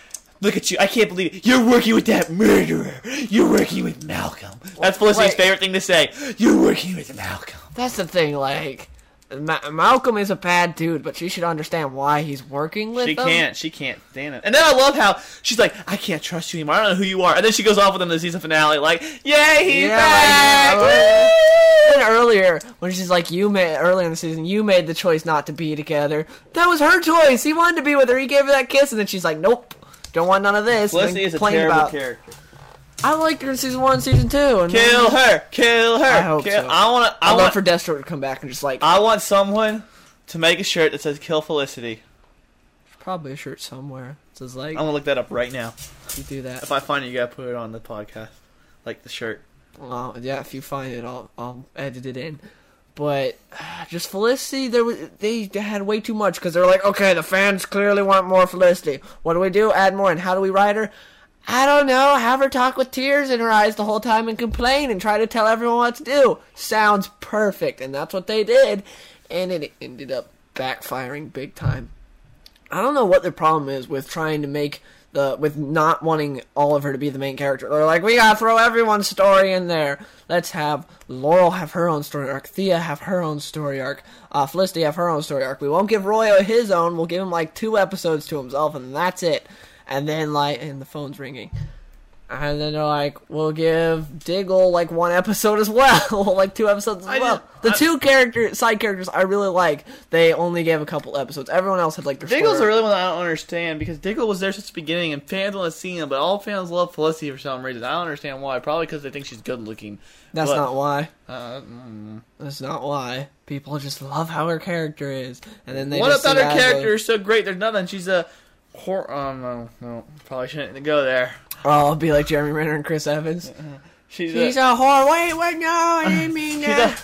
Look at you! I can't believe it. You're working with that murderer. You're working with Malcolm. That's Felicity's
Right.
favorite thing to say. You're working with Malcolm.
That's the thing, like. Ma- Malcolm is a bad dude, but she should understand why he's working with
She
them.
can't. She can't stand it.
And then I love how she's like, I can't trust you anymore. I don't know who you are. And then she goes off with him to the season finale, like, Yay, he's
Yeah,
back!
like,
Woo!
And earlier, when she's like, "You made earlier in the season, you made the choice not to be together." That was her choice. He wanted to be with her. He gave her that kiss, and then she's like, "Nope, don't want none of this." and then
Felicity is a
complained
terrible
about-
character.
I liked her in season one, season two. And
Kill her! Kill her!
I hope
kill-
so.
I want
I
I
love
want
for Deathstroke to come back and just like
I want someone to make a shirt that says "Kill Felicity."
probably a shirt somewhere. It says like
I'm gonna look that up right now.
you do that.
If I find it, you gotta put it on the podcast, like the shirt.
Well, yeah, if you find it, I'll I'll edit it in. But ah, just Felicity, there was they had way too much because they're like, okay, the fans clearly want more Felicity. What do we do? Add more, and how do we write her? I don't know. Have her talk with tears in her eyes the whole time and complain and try to tell everyone what to do. Sounds perfect, and that's what they did, and it ended up backfiring big time. I don't know what the problem is with trying to make the with not wanting Oliver to be the main character. They're like, we gotta throw everyone's story in there. Let's have Laurel have her own story arc, Thea have her own story arc, uh, Felicity have her own story arc. We won't give Roy his own. We'll give him like two episodes to himself, and that's it. And then like, and the phone's ringing. And then they're like, we'll give Diggle like one episode as well, like two episodes as
I
well.
just-
the
I-
two character side characters I really like, they only gave a couple episodes. Everyone else had like their
Diggle's the
story.
really one I don't understand because Diggle was there since the beginning and fans want to see him, but all fans love Felicity for some reason. I don't understand why. Probably because they think she's good looking.
That's
But-
not why.
Uh, mm.
That's not why. People just love how her character is, and then they.
what
just
about
see
her
that as a-
character is so great? There's nothing. She's a whore. Um, no, no, probably shouldn't go there.
Oh, I'll be like Jeremy Renner and Chris Evans.
She's,
She's a
a,
whore. Wait, wait, no, I didn't mean
she's a
that.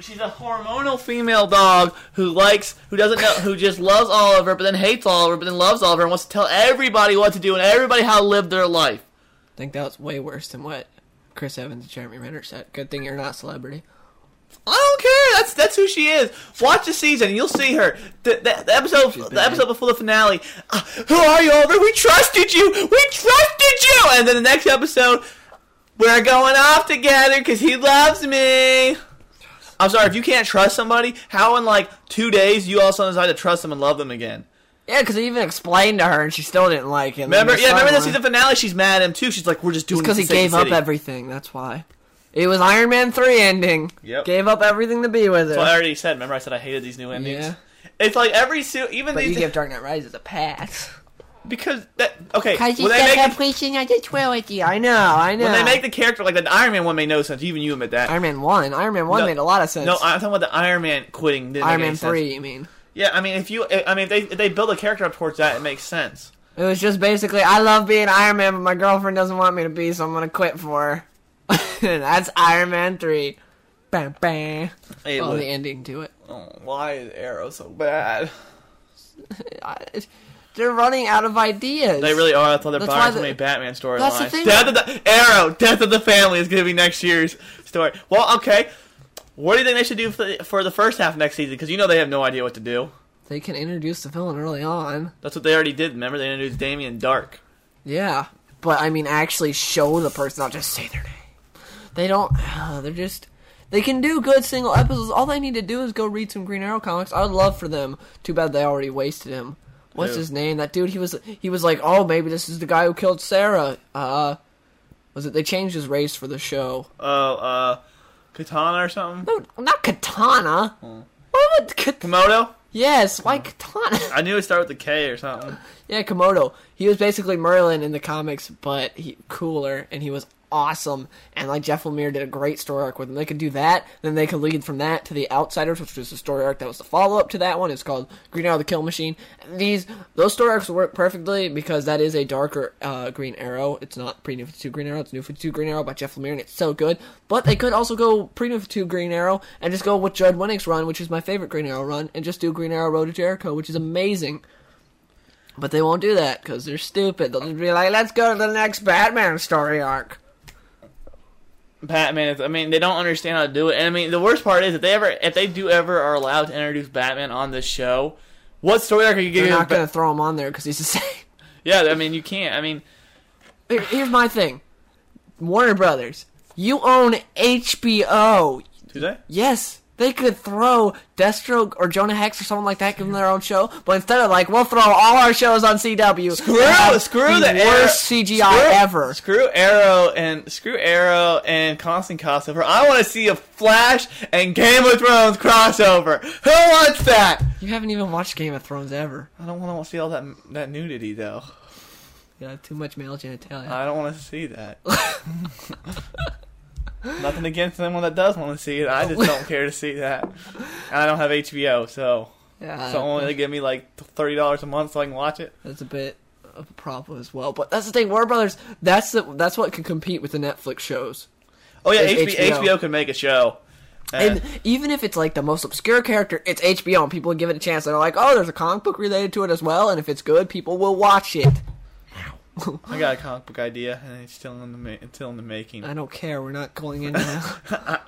she's a hormonal female dog who likes who doesn't know who just loves Oliver, but then hates Oliver, but then loves Oliver and wants to tell everybody what to do and everybody how to live their life.
I think that was way worse than what Chris Evans and Jeremy Renner said. Good thing you're not a celebrity.
I don't care. That's that's who she is. Watch the season. and You'll see her. The, the, the episode, the
bad.
episode before the finale. "Ah, who are you, Oliver? We trusted you. We trusted you. And then the next episode, we're going off together because he loves me. I'm sorry if you can't trust somebody. How in like two days you all of a sudden decide to trust them and love them again?
Yeah, because he even explained to her, and she still didn't like him.
Remember? Yeah, remember the season finale? She's mad at him too. She's like, we're just doing
Because
it
he
for the sake
gave
of
up
city.
everything. That's why. It was Iron Man three ending.
Yep.
Gave up everything to be with her.
Well, I already said. Remember, I said I hated these new endings.
Yeah.
It's like every suit, even
but you
these
give Dark Knight Rises a pass.
because that okay.
Because you
When they,
said
make,
completion of the trilogy. I know, I know.
when they make the character like that, the Iron Man one made no sense. Even you admit that.
Iron Man 1. Iron Man 1
No.
made a lot of sense.
No, I'm talking about the Iron Man quitting. Didn't
Iron
make any
Man
sense.
3, you mean.
Yeah, I mean, if you, I mean, if they if they build a character up towards that, it makes sense.
It was just basically, I love being Iron Man, but my girlfriend doesn't want me to be, so I'm going to quit for her. That's Iron Man 3. Bam, bam.
Hey,
Well,
look.
the ending to it.
Oh, why is Arrow so bad?
I- They're running out of ideas.
They really are. That's why they're
That's why
buying so
the-
many Batman storylines.
That's the thing.
Death of the Arrow, Death of the Family is going to be next year's story. Well, okay. What do you think they should do for the, for the first half of next season? Because you know they have no idea what to do.
They can introduce the villain early on.
That's what they already did. Remember, they introduced Damien Dark.
Yeah. But, I mean, actually show the person, not just say their name. They don't, they're just. They can do good single episodes. All they need to do is go read some Green Arrow comics. I would love for them. Too bad they already wasted him. What's
Who?
his name? That dude. He was. He was like, oh, maybe this is the guy who killed Sarah. Uh, was it? They changed his race for the show.
Oh, uh, Katana or something?
No, not Katana. What? would Kat-
Komodo?
yes, why Katana?
I knew it started with a K or something.
Yeah, Komodo. He was basically Merlin in the comics, but he cooler, and he was awesome. And like Jeff Lemire did a great story arc with him. They could do that, then they could lead from that to the Outsiders, which was the story arc that was the follow up to that one. It's called Green Arrow: The Kill Machine. And these those story arcs work perfectly because that is a darker uh, Green Arrow. It's not pre New Fifty Two Green Arrow. It's New Fifty Two Green Arrow by Jeff Lemire, and it's so good. But they could also go pre New Fifty Two Green Arrow and just go with Judd Winnick's run, which is my favorite Green Arrow run, and just do Green Arrow Road to Jericho, which is amazing. But they won't do that because they're stupid. They'll just be like, let's go to the next Batman story arc.
Batman. is- I mean, they don't understand how to do it. And I mean, the worst part is if they ever, if they do ever are allowed to introduce Batman on this show, what story arc are you
They're
giving?
not
Ba-
going to throw him on there because he's the same.
Yeah, I mean, you can't. I mean,
Here- Here's my thing. Warner Brothers, you own HBO.
Do they?
Yes, they could throw Destro or Jonah Hex or someone like that, give them their own show. But instead of like, we'll throw all our shows on CW.
Screw
and have
screw the
worst
Arrow-
CGI
screw-
ever.
Screw Arrow and screw Arrow and Constant crossover. I want to see a Flash and Game of Thrones crossover. Who wants that?
You haven't even watched Game of Thrones ever.
I don't want to see all that that nudity though.
Yeah, too much male genitalia.
I don't want to see that. Nothing against anyone that does want to see it. I just don't care to see that. And I don't have HBO, so
yeah,
so only they give me like thirty dollars a month so I can watch it.
that's a bit of a problem as well. But that's the thing, Warner Brothers. That's the, that's what can compete with the Netflix shows.
Oh yeah,
It's
HBO,
HBO.
HBO can make a show. Uh, Eh.
And even if it's like the most obscure character, it's HBO, and people give it a chance. They're like, "Oh, there's a comic book related to it as well, and if it's good, people will watch it."
I got a comic book idea, and it's still in the ma- it's still in the making.
I don't care. We're not going in now.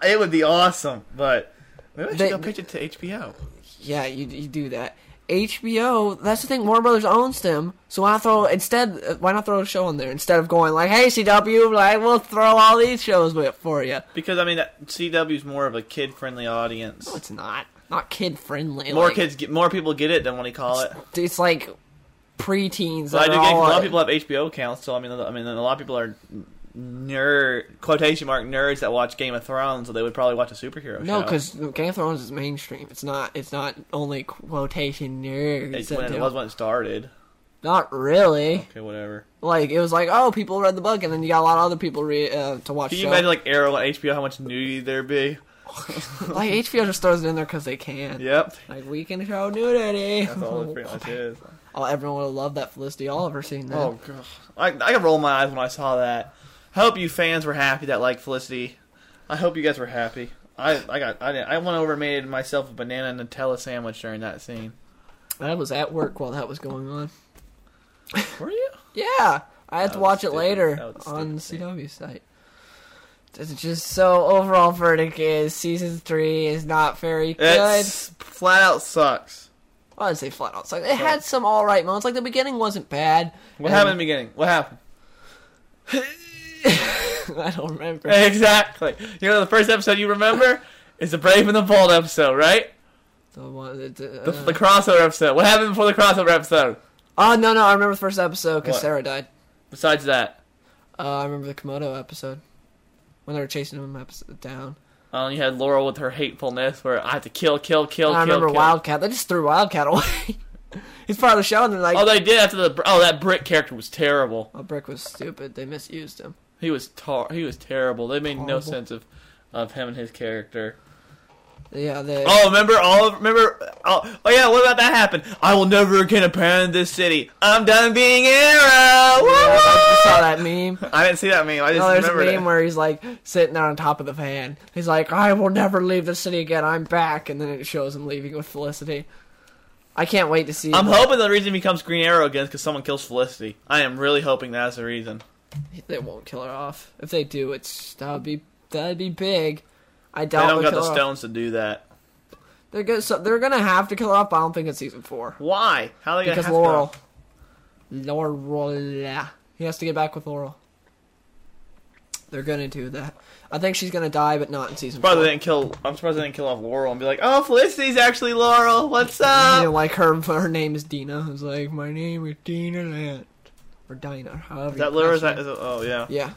it would be awesome, but maybe I should
They-
go pitch it to HBO.
yeah, you, you do that. HBO. That's the thing. Warner Brothers owns them, so why not throw instead? uh, Why not throw a show on there instead of going like, "Hey, CW, like we'll throw all these shows with for you."
Because I mean, that CW's more of a kid-friendly audience.
No, it's not. Not kid friendly. Oh,
more
like,
kids, get, more people get it than what he call it.
It's like preteens.
But I
that
do
are
get a
all,
lot
uh,
of people have HBO accounts, so I mean, I mean, a lot of people are nerd quotation mark nerds that watch Game of Thrones, so they would probably watch a superhero.
No,
show.
because Game of Thrones is mainstream. It's not. It's not only quotation nerds.
It's
that
when
do-
it was when it started.
Not really.
Okay, whatever.
Like it was like, oh, people read the book, and then you got a lot of other people re- uh, to watch.
Can you
show.
imagine like Arrow on HBO? How much nudity there'd be?
like HBO just throws it in there because they can.
Yep,
Like we can show nudity.
that's all it pretty much is.
oh, everyone would have loved that Felicity Oliver scene. Then.
Oh god, I I could roll my eyes when I saw that. I hope you fans were happy that like Felicity. I hope you guys were happy. I I got I didn't, I went over and made myself a banana Nutella sandwich during that scene.
I was at work while that was going on.
Were you?
Yeah, I had
That
to
was
watch it
stupid. That
later
was
on the
stupid.
CW site. It's just so overall verdict is season three is not very good.
It's flat out sucks.
I would say flat out sucks. It had some all right moments. Like the beginning wasn't bad.
What
And-
happened in the beginning? What happened?
I don't remember.
Exactly. You know the first episode you remember is the Brave and the Bold episode, right?
The one that, uh,
The, the crossover episode. What happened before the crossover episode?
oh no no! I remember the first episode because
What?
Sarah died.
Besides that,
Uh, I remember the Komodo episode when they were chasing him episode down.
um, you had Laurel with her hatefulness, where I had to kill, kill, kill,
I
kill.
remember
kill.
Wildcat. They just threw Wildcat away. He's part of the show, and they're like,
Oh, they did after the. Oh, that Brick character was terrible.
oh, Brick was stupid. They misused him.
He was tar- He was terrible. They made no
Horrible.
sense of, of him and his character.
Yeah, they.
Oh, remember all? Of, remember? Oh, oh yeah. What about that happened? I will never again abandon this city. I'm done being Arrow. Woo,
Yeah, I
woo!
saw that meme.
I didn't see that meme. I just
No, there's a
remembered
meme
it.
where he's like sitting there on top of the van. He's like, I will never leave the city again. I'm back. And then it shows him leaving with Felicity. I can't wait to see.
I'm
him.
hoping the reason he becomes Green Arrow again is because someone kills Felicity. I am really hoping that's the reason.
They won't kill her off. If they do, it's that'd be that'd be big. I
They
doubt
don't
they'll
got the
kill her off.
stones to do that.
They're gonna so they're gonna have to kill her off. But I don't think it's season four
Why? How are they gonna
because
have
Laurel,
To?
Laurel, he has to get back with Laurel. They're gonna do that. I think she's gonna die, but not in season.
Surprised
four.
they didn't kill. I'm surprised they didn't kill off Laurel and be like, "Oh, Felicity's actually Laurel. What's
You
up?"
know, like her, her name is Dina. It's like my name is Dina Lant or Dina, or however.
Is that
you
Laura? Is that,
pronounce
is it, oh yeah.
it. Yeah.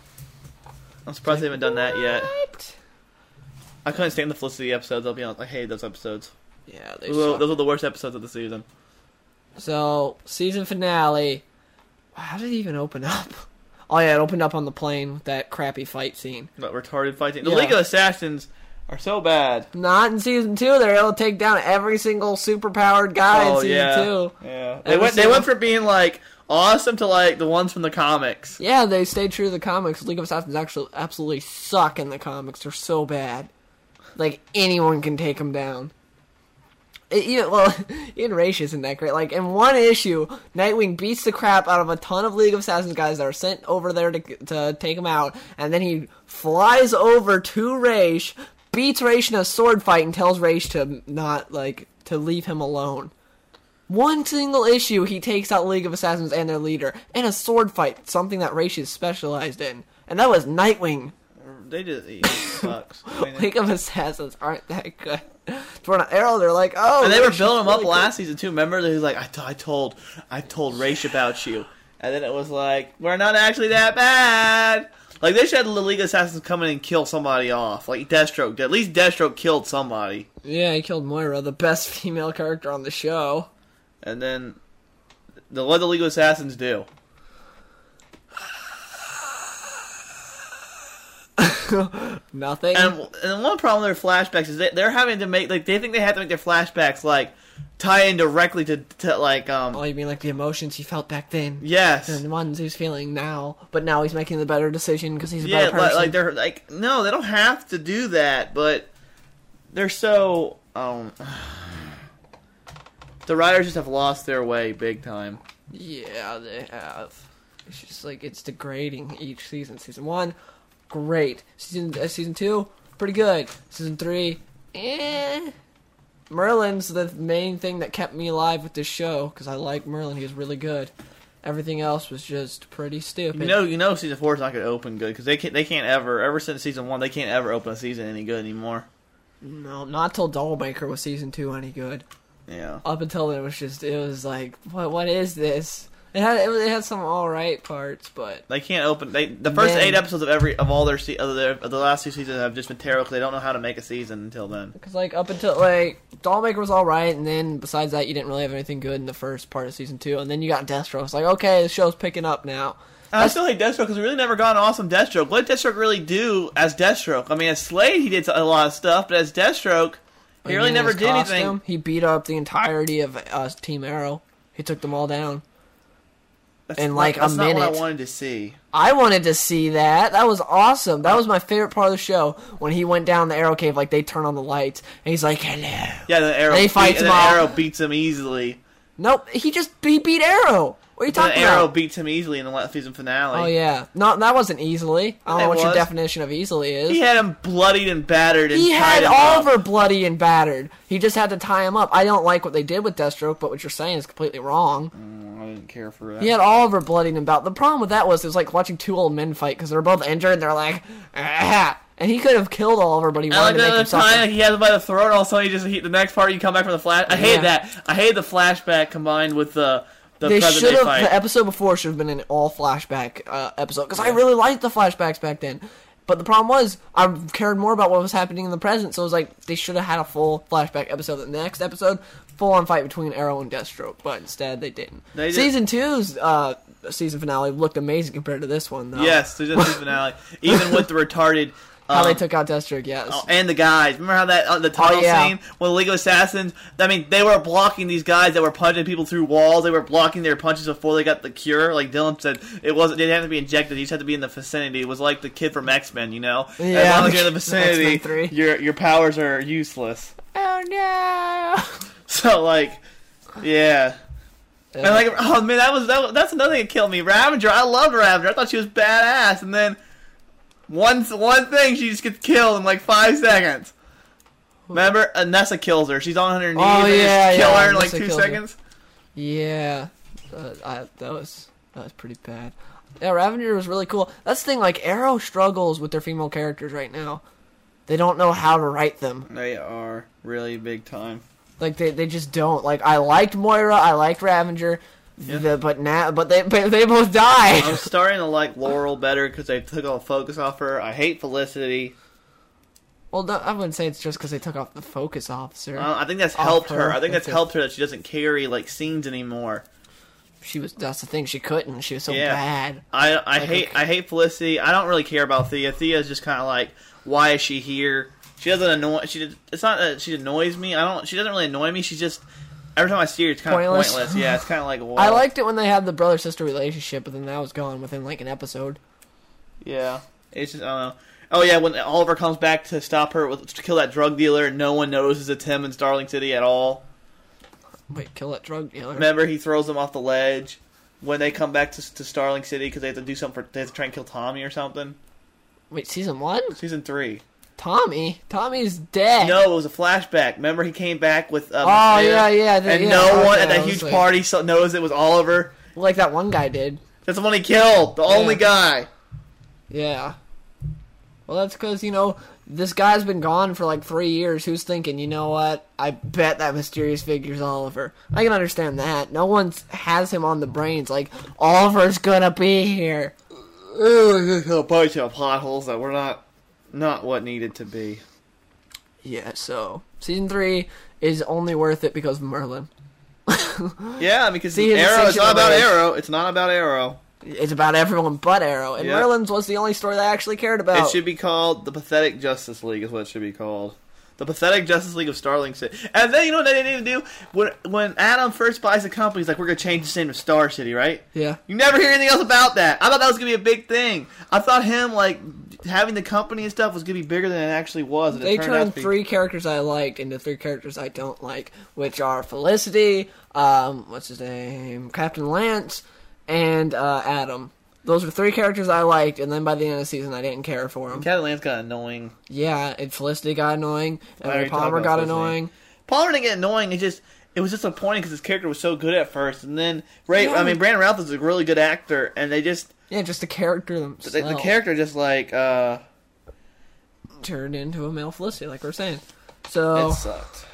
I'm surprised they haven't done that yet.
What?
I couldn't stand the Felicity episodes. I'll be honest. I hated those episodes.
Yeah. They
Those were,
suck.
those were the worst episodes of the season.
So season finale. How did it even open up? Oh yeah, it opened up on the plane with that crappy fight scene.
That retarded fighting. The
Yeah.
League of Assassins are so bad.
Not in season two. They're able to take down every single superpowered guy in
oh
season
yeah,
two.
yeah. They
Every
went. They
single-
went from being like awesome to like the ones from the comics.
Yeah, they stayed true to the comics. League of Assassins actually absolutely suck in the comics. They're so bad. Like anyone can take them down. It, even, well, even Raish isn't that great. Like in one issue, Nightwing beats the crap out of a ton of League of Assassins guys that are sent over there to to take him out, and then he flies over to Raish, beats Raish in a sword fight, and tells Raish to not like to leave him alone. One single issue, he takes out League of Assassins and their leader, and a sword fight, something that Reishi specialized in. And that was Nightwing.
They just it sucks. I mean,
League of Assassins aren't that good. For an arrow, they're like, oh,
and they were
Reishi's
building him up
really good.
last season too. Remember, he was like, I, t- I told, I told Raish about you, and then it was like, we're not actually that bad. Like they should have the League of Assassins come in and kill somebody off, like Deathstroke did. At least Deathstroke killed somebody,
Yeah, he killed Moira, the best female character on the show.
and then the what the League of Assassins do?
Nothing.
And and one problem with their flashbacks is they, they're having to make like they think they have to make their flashbacks like tie in directly to, to like um
oh, you mean like the emotions he felt back then?
yes
And the ones he's feeling now, but now he's making the better decision because he's a
yeah
better person.
like, like they're like no they don't have to do that but they're so um the writers just have lost their way big time
yeah, they have. It's just like it's degrading each season. Season one, great. Season uh, season two, pretty good. Season three, eh. Merlin's the main thing that kept me alive with this show because I like Merlin. He was really good. Everything else was just pretty stupid.
you know you know season four is not going to open good because they can't they can't ever ever since season one they can't ever open a season any good anymore
No, not till Dollmaker was season two any good.
yeah
Up until then, it was just it was like what what is this? It had it, had some all right parts, but
They can't open. They the first
Man.
eight episodes of every of all their se- of, their, of the last two seasons have just been terrible because they don't know how to make a season until then.
because like up until like Dollmaker was all right, and then besides that, you didn't really have anything good in the first part of season two, and then you got Deathstroke. It's like okay, the show's picking up now.
And I still hate Deathstroke because we really never got an awesome Deathstroke. What did Deathstroke really do as Deathstroke? I mean, as Slade he did a lot of stuff, but as Deathstroke, he really
And
never
his
did anything.
costume, He beat up the entirety of uh, Team Arrow. He took them all down.
That's
in,
not-
like, a
that's not what
minute.
I wanted to see.
I wanted to see that. That was awesome. That was my favorite part of the show when he went down the Arrow cave. Like they turn on the lights, and he's like, "Hello."
Yeah, the arrow.
They
beat-
fight
and
him
then
all.
Arrow beats him easily.
Nope, he just he beat Arrow. What are you
The
talking
Arrow
about?
beats him easily in the last season finale.
Oh yeah, no, that wasn't easily. I don't know
It
what your
was.
definition of easily is.
He had him bloodied and battered. And
He
tied
had
him up.
Oliver bloody and battered. He just had to tie him up. I don't like what they did with Deathstroke, but what you're saying is completely wrong.
Mm, I didn't care for that.
He had Oliver bloodied and bout. The problem with that was it was like watching two old men fight because they're both injured and they're like, ah. and he could have killed Oliver, but he
I like
wanted to
that
make
other
him
time
suffer.
like, he has him by the throat. Also, he just he, the next part you come back from the flash. I hate
Yeah.
that. I hate the flashback combined with the the
They
present
should
day
have
fight.
the episode before should have been an all flashback uh, episode because I really liked the flashbacks back then. But the problem was I cared more about what was happening in the present, so it was like they should have had a full flashback episode. The next episode, full on fight between Arrow and Deathstroke, but instead they didn't.
They did-
season two's uh, season finale looked amazing compared to this one, though.
Yes, there's just season finale. Even with the retarded.
how they
um,
took out Deathstroke, yes.
Oh, and the guys. Remember how that uh, the tunnel
yeah.
scene with League of Assassins? I mean, they were blocking these guys that were punching people through walls. They were blocking their punches before they got the cure. Like Dylan said, it wasn't. They didn't have to be injected. You just had to be in the vicinity. It was like the kid from X Men. You know, as
Yeah.
long as you're in the
X-Men three.
vicinity, your your powers are useless.
Oh no!
So like, yeah. And like, oh man, that was that, was- that's another thing that killed me. Ravager, I loved Ravager. I thought she was badass, and then one one thing, she just gets killed in like five seconds. Remember, Anessa kills her. She's on her knees.
Oh,
and they
yeah,
just kill
yeah,
her in like
Anessa
two
kills her.
seconds.
Yeah, uh, I, that was that was pretty bad. Yeah, Ravenger was really cool. That's the thing. Like Arrow struggles with their female characters right now. They don't know how to write them.
They are really big time.
Like they, they just don't. Like I liked Moira. I liked Ravenger. The, but now, but they but they both die.
I'm starting to like Laurel better because they took all focus off her. I hate Felicity.
well, no, I wouldn't say it's just because they took off the focus officer.
Uh, I think that's
Off
helped her.
her.
I think that's
Okay.
helped her that she doesn't carry like scenes anymore.
she was. That's the thing. She couldn't. She was so
Yeah.
bad.
I I
Like,
hate
okay.
I hate Felicity. I don't really care about Thea. Thea's just kind of like, why is she here? She doesn't annoy. She did, it's not that she annoys me. I don't. She doesn't really annoy me. She's just every time I see her, it's kind of
Pointless.
pointless. Yeah, it's kind of like well,
I liked it when they had the brother sister relationship, but then that was gone within like an episode.
Yeah, it's just I don't know. Oh yeah, when Oliver comes back to stop her with, to kill that drug dealer, no one notices it's him in Starling City at all.
Wait, kill that drug dealer.
Remember, he throws them off the ledge. When they come back to, to Starling City because they have to do something, for, they have to try and kill Tommy or something.
Wait, season one?
Season three.
Tommy, Tommy's dead.
No, it was a flashback. Remember, he came back with. Um,
Oh
Sarah,
yeah, yeah. th-
And
yeah,
no
okay,
one at
I
that
was
huge
like-
party so- knows it was Oliver.
like that one guy did.
That's the one he killed. The only guy.
Yeah. Well, that's because you know this guy's been gone for like three years. Who's thinking? You know what? I bet that mysterious figure's Oliver. I can understand that. No one's has him on the brains. Like Oliver's gonna be here.
A bunch of potholes that were not, not what needed to be.
Yeah. So season three is only worth it because of Merlin.
Yeah, because
See, his
Arrow. It's
ascension
not about
was-
Arrow. It's not about Arrow.
It's about everyone but Arrow, and
Yeah.
Merlin's was the only story that I actually cared about.
It should be called the Pathetic Justice League. Is what it should be called. The Pathetic Justice League of Starling City. And then you know what they didn't do when when Adam first buys the company. He's like, "We're gonna change the name to Star City, right?"
yeah.
You never hear anything else about that. I thought that was gonna be a big thing. I thought him like having the company and stuff was gonna be bigger than it actually was. And
They
it turned out
turned
to be-
three characters I liked into three characters I don't like, which are Felicity, um, what's his name, Captain Lance, and uh, Adam. Those were three characters I liked, and then by the end of the season, I didn't care for them.
Catalan's got annoying.
Yeah, and Felicity got annoying,
I
and
already
Palmer
talked
got
about Felicity.
annoying.
Palmer didn't get annoying. It just it was disappointing because his character was so good at first, and then Ray.
Yeah.
I mean, Brandon Ralph is a really good actor, and they just
Yeah, just the character themselves
the, the character just like uh
turned into a male Felicity, like we are saying. So
it sucked.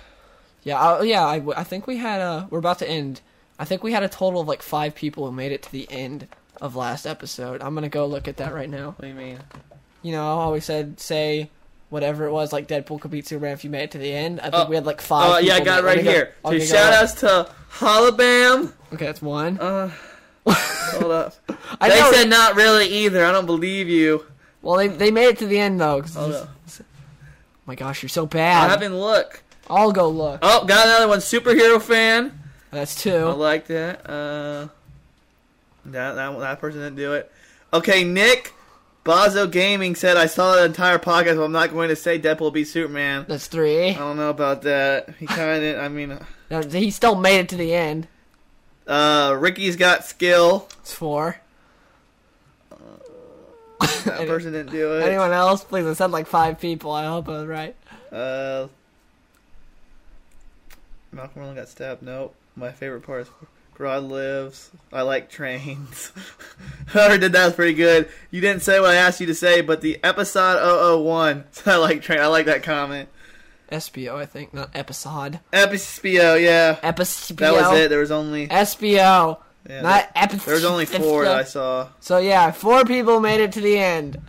yeah, I, yeah, I, I think we had a we're about to end. I think we had a total of like five people who made it to the end of last episode. I'm gonna go look at that right now.
What do you mean?
you know, I always said say whatever it was, like Deadpool could beat Superman if you made it to the end. I think we had like five.
Oh yeah, I
people
got it
that-
right
okay, go-
here.
okay,
So
go
shout
on.
outs to Hollabam.
Okay, that's one.
Uh, hold up.
I
they
know.
said not really either. I don't believe you.
well, they they made it to the end though. 'cause
Hold
it's- oh
up.
my gosh, you're so
Oh, I
bad.
haven't looked.
I'll go look.
Oh, got another one. Superhero fan.
That's
I
two.
like that. Uh, that, that that person didn't do it. Okay, Nick Bozo Gaming said I saw the entire podcast, but I'm not going to say Deadpool beat Superman.
That's three.
I don't know about that. He kind of. I mean,
Now, He still made it to the end.
uh, Ricky's got skill.
It's four.
That person didn't do it.
Anyone else? Please, I said like five people. I hope I was right.
Uh, Malcolm Merlin got stabbed. Nope. My favorite part is Rod lives. I like trains. Whoever did that was pretty good. You didn't say what I asked you to say, but the episode 001. I like train. I like that comment.
SBO, I think, not episode.
Epispio, yeah.
Episode.
That was it. There was only
SBO,
yeah,
not
there,
episode.
there was only four that I saw.
So yeah, four people made it to the end.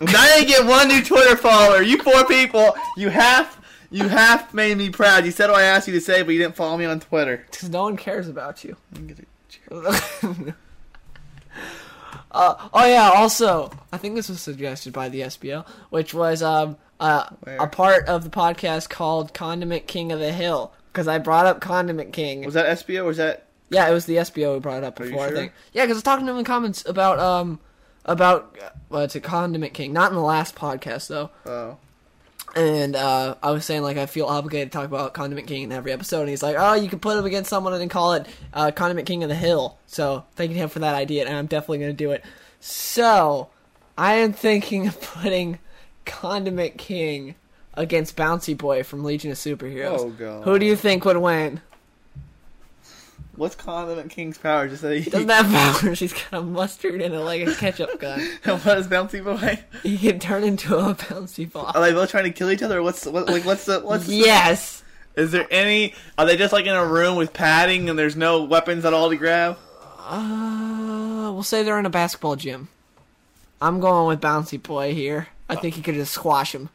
I didn't get one new Twitter follower. You four people. You half. You half made me proud. You said what I asked you to say, but you didn't follow me on Twitter.
Because no one cares about you. uh, oh yeah. Also, I think this was suggested by the SBL, which was um uh, a
Where?
part of the podcast called "Condiment King of the Hill" because I brought up Condiment King.
Was that SBO or was that
yeah, it was the SBO who brought it up
Are you
before. I
sure?
think. Yeah, because I was talking to him in comments about um about uh, what's it, Condiment King. Not in the last podcast though.
Oh.
And uh, I was saying like I feel obligated to talk about Condiment King in every episode, and he's like, "Oh, you can put him against someone and call it uh, Condiment King of the Hill." So thanking him for that idea, and I'm definitely going to do it. So I am thinking of putting Condiment King against Bouncy Boy from Legion of Superheroes.
Oh, God.
Who do you think would win?
What's Condiment King's power? Just that he
Doesn't that power? She's got a mustard and a like a ketchup gun.
what is Bouncy Boy?
He can turn into a bouncy
Are
ball.
they both trying to kill each other? What's what, like what's the Oh, what's
Yes.
Is there any are they just like in a room with padding and there's no weapons at all to grab?
Uh, we'll say they're in a basketball gym. I'm going with Bouncy Boy here. I think he could just squash him.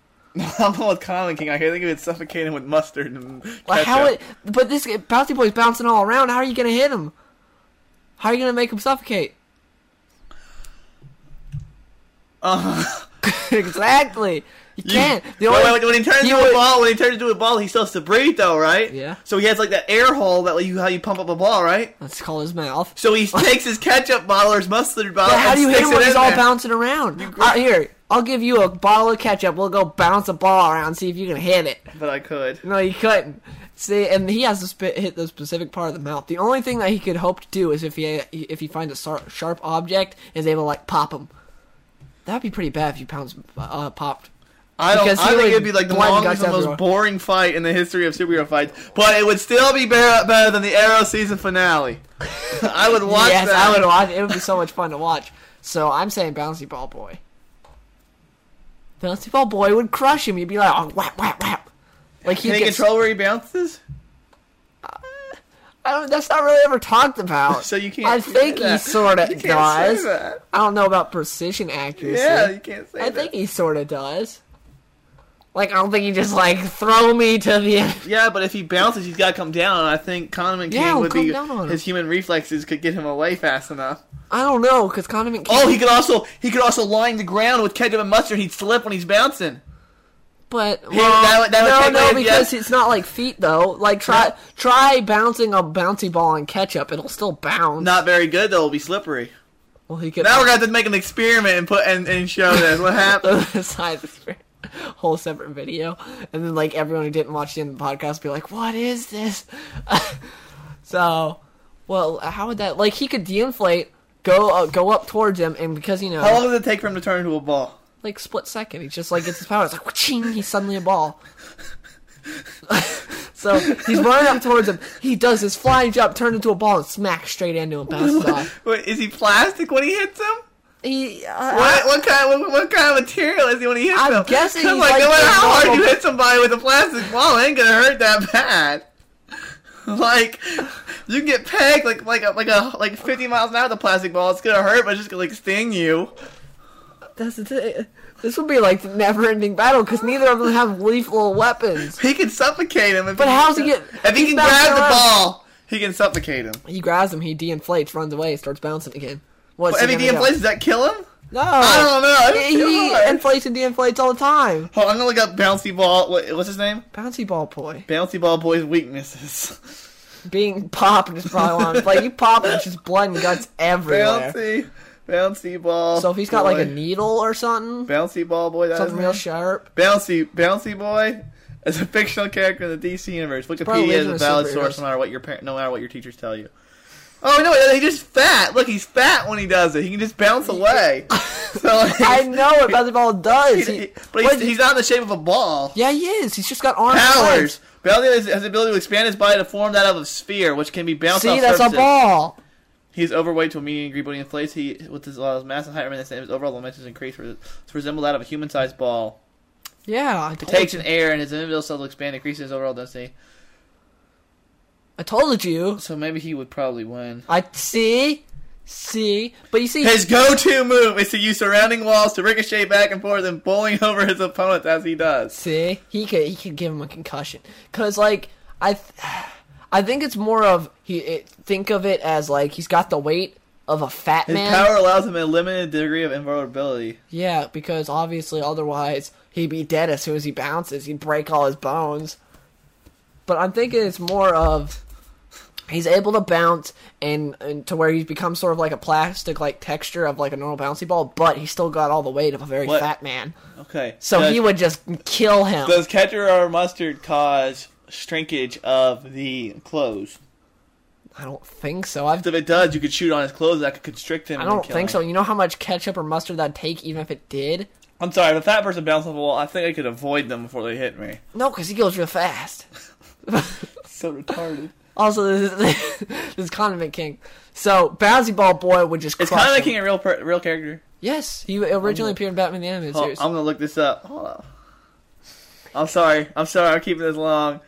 I'm going with Condiment King. I think it's suffocating with mustard and
Like
ketchup.
how it? But this Bouncy Boy's bouncing all around. How are you gonna hit him? How are you gonna make him suffocate?
Uh,
exactly. You
you-
can't. The
Wait,
only
wait, when he turns
he
into
would-
a ball, when he turns into a ball, he still has to breathe though, right?
Yeah.
So he has like that air hole that like, you how you pump up a ball, right?
let's call his mouth.
So he takes his ketchup bottle or his mustard bottle.
But how
and
do you hit
sticks
him
it
when
in
he's all
there.
bouncing around? Uh, here, I'll give you a bottle of ketchup. We'll go bounce a ball around, see if you can hit it.
But I could.
No, he couldn't. See, and he has to spit, hit the specific part of the mouth. The only thing that he could hope to do is if he if he finds a sar- sharp object and is able to like pop him. That'd be pretty bad if you pounds uh, popped
I don't.
Because
I
he
think
would
it'd be like the
blind
longest
guts
and most
everywhere.
boring fight in the history of superhero fights, but it would still be better, better than the Arrow season finale. I would watch
yes,
that.
I would watch. It would be so much fun to watch. So I'm saying Bouncy Ball Boy. Bouncy Ball Boy would crush him. He'd be like, oh, whap, whap, whap. Like he
Can he
gets.
control where he bounces?
I don't. That's not really ever talked about.
So you can't.
I think he sort of
You can't
does.
say that.
I don't know about precision accuracy.
Yeah, you can't say
I
that.
think he sort of does. Like I don't think he just like throw me to the end.
Yeah, but if he bounces, he's got to come down. And I think Condiment King
Yeah,
would
come
be
down on him.
his human reflexes could get him away fast enough.
I don't know because condiment. King,
Oh, he could also he could also line the ground with ketchup and mustard. and He'd slip when he's bouncing.
but well,
that would- that would take
no, no,
away-
because
yeah.
it's not like feet though. Like try try bouncing a bouncy ball on ketchup, it'll still bounce.
Not very good though. It'll be slippery.
well, he could.
Now we're gonna have to make an experiment and put and, and show this what happened.
aside this for a whole separate video, and then like everyone who didn't watch the end of the podcast be like, "What is this?" so, well, how would that like he could de-inflate, go uh, go up towards him, and because you know,
How long does it take for him to turn into a ball?
like split second, he just like gets his power. It's like "Wa-ching," he's suddenly a ball. so he's running up towards him. He does his flying jump, turns into a ball, and smacks straight into him, bounces off.
Wait, is he plastic when he hits him?
He, uh,
What what kind what, what kind of material is he when he hits
I'm
him?
guessing
I'm
he's
like,
like
no matter
a
how hard
normal-
you hit somebody with a plastic ball, it ain't gonna hurt that bad. Like you can get pegged like like a, like a like 50 miles an hour with a plastic ball. It's gonna hurt, but it's just gonna like sting you.
That's the thing. This would be like the never-ending battle because neither of them have lethal weapons.
He can suffocate him. If
But
he,
how's he get?
If he
he's
can
bouncing
grab the
around.
ball, he can suffocate him.
he grabs him. He de-inflates, runs away, starts bouncing again. What's
But if he
gonna go?
de-inflates, does that kill him?
No,
I don't know. It's
He,
too
Oh. he
hard.
inflates and de-inflates all the time.
Hold on, I'm gonna look up bouncy ball. What, what's his name?
Bouncy ball boy,
Bouncy ball boy's weaknesses.
being popped is probably one. like you pop and it's just blood and guts everywhere.
bouncy, bouncy ball.
So if he's got like a
boy.
needle or something,
bouncy ball boy, that's
something real sharp.
bouncy, bouncy boy is a fictional character in the DC universe. Wikipedia
probably
is
in
a
the
valid
superheroes.
source, no matter what your par- no matter what your teachers tell you. Oh no, he's just fat. Look, he's fat when he does it. He can just bounce away. so like,
I know what bouncy ball does.
he-
He-
but he's,
what-
he's not in the shape of a ball.
yeah, he is. He's just got arms. and legs.
Powers. Bouncy has, has the ability to expand his body to form that of a sphere, which can be bounced
See,
off
that's a
surfaces.
ball.
He's overweight to a medium degree, but he inflates. He with his, uh, his mass and height remain the same. His overall dimensions increase to resemble that of a human-sized ball.
Yeah, I told
Takes
you.
in air, and his individual cells expand, increasing his overall density.
I told you.
So maybe he would probably win.
I see, see, but you see,
His go-to move is to use surrounding walls to ricochet back and forth and bowling over his opponents as he does.
see, he could he could give him a concussion because like I, th- I think it's more of he it, think of it as like he's got the weight of a fat
His
man.
power allows him a limited degree of invulnerability.
Yeah, because obviously otherwise he'd be dead as soon as he bounces. He'd break all his bones. But I'm thinking it's more of he's able to bounce and, and to where he's become sort of like a plastic like texture of like a normal bouncy ball, but he's still got all the weight of a very
What?
fat man.
Okay.
So
does,
he would just kill him.
Does ketchup or mustard cause shrinkage of the clothes?
I don't think so. I've
If it does, you could shoot on his clothes. That could constrict him.
I
and
don't
kill
think
him.
so. You know how much ketchup or mustard that'd take, even if it did?
I'm sorry, if a fat person bounced off a wall, I think I could avoid them before they hit me.
No, because he goes real fast.
So retarded.
Also, this is, this is Condiment King. So, Bouncy Ball Boy would just
Is
crush
Condiment
him.
King a real per- real character?
Yes, he originally appeared in Batman the Animated
Hold-
Series.
Oh, I'm gonna look this up. Hold on. I'm sorry. I'm sorry. I'm keeping this long.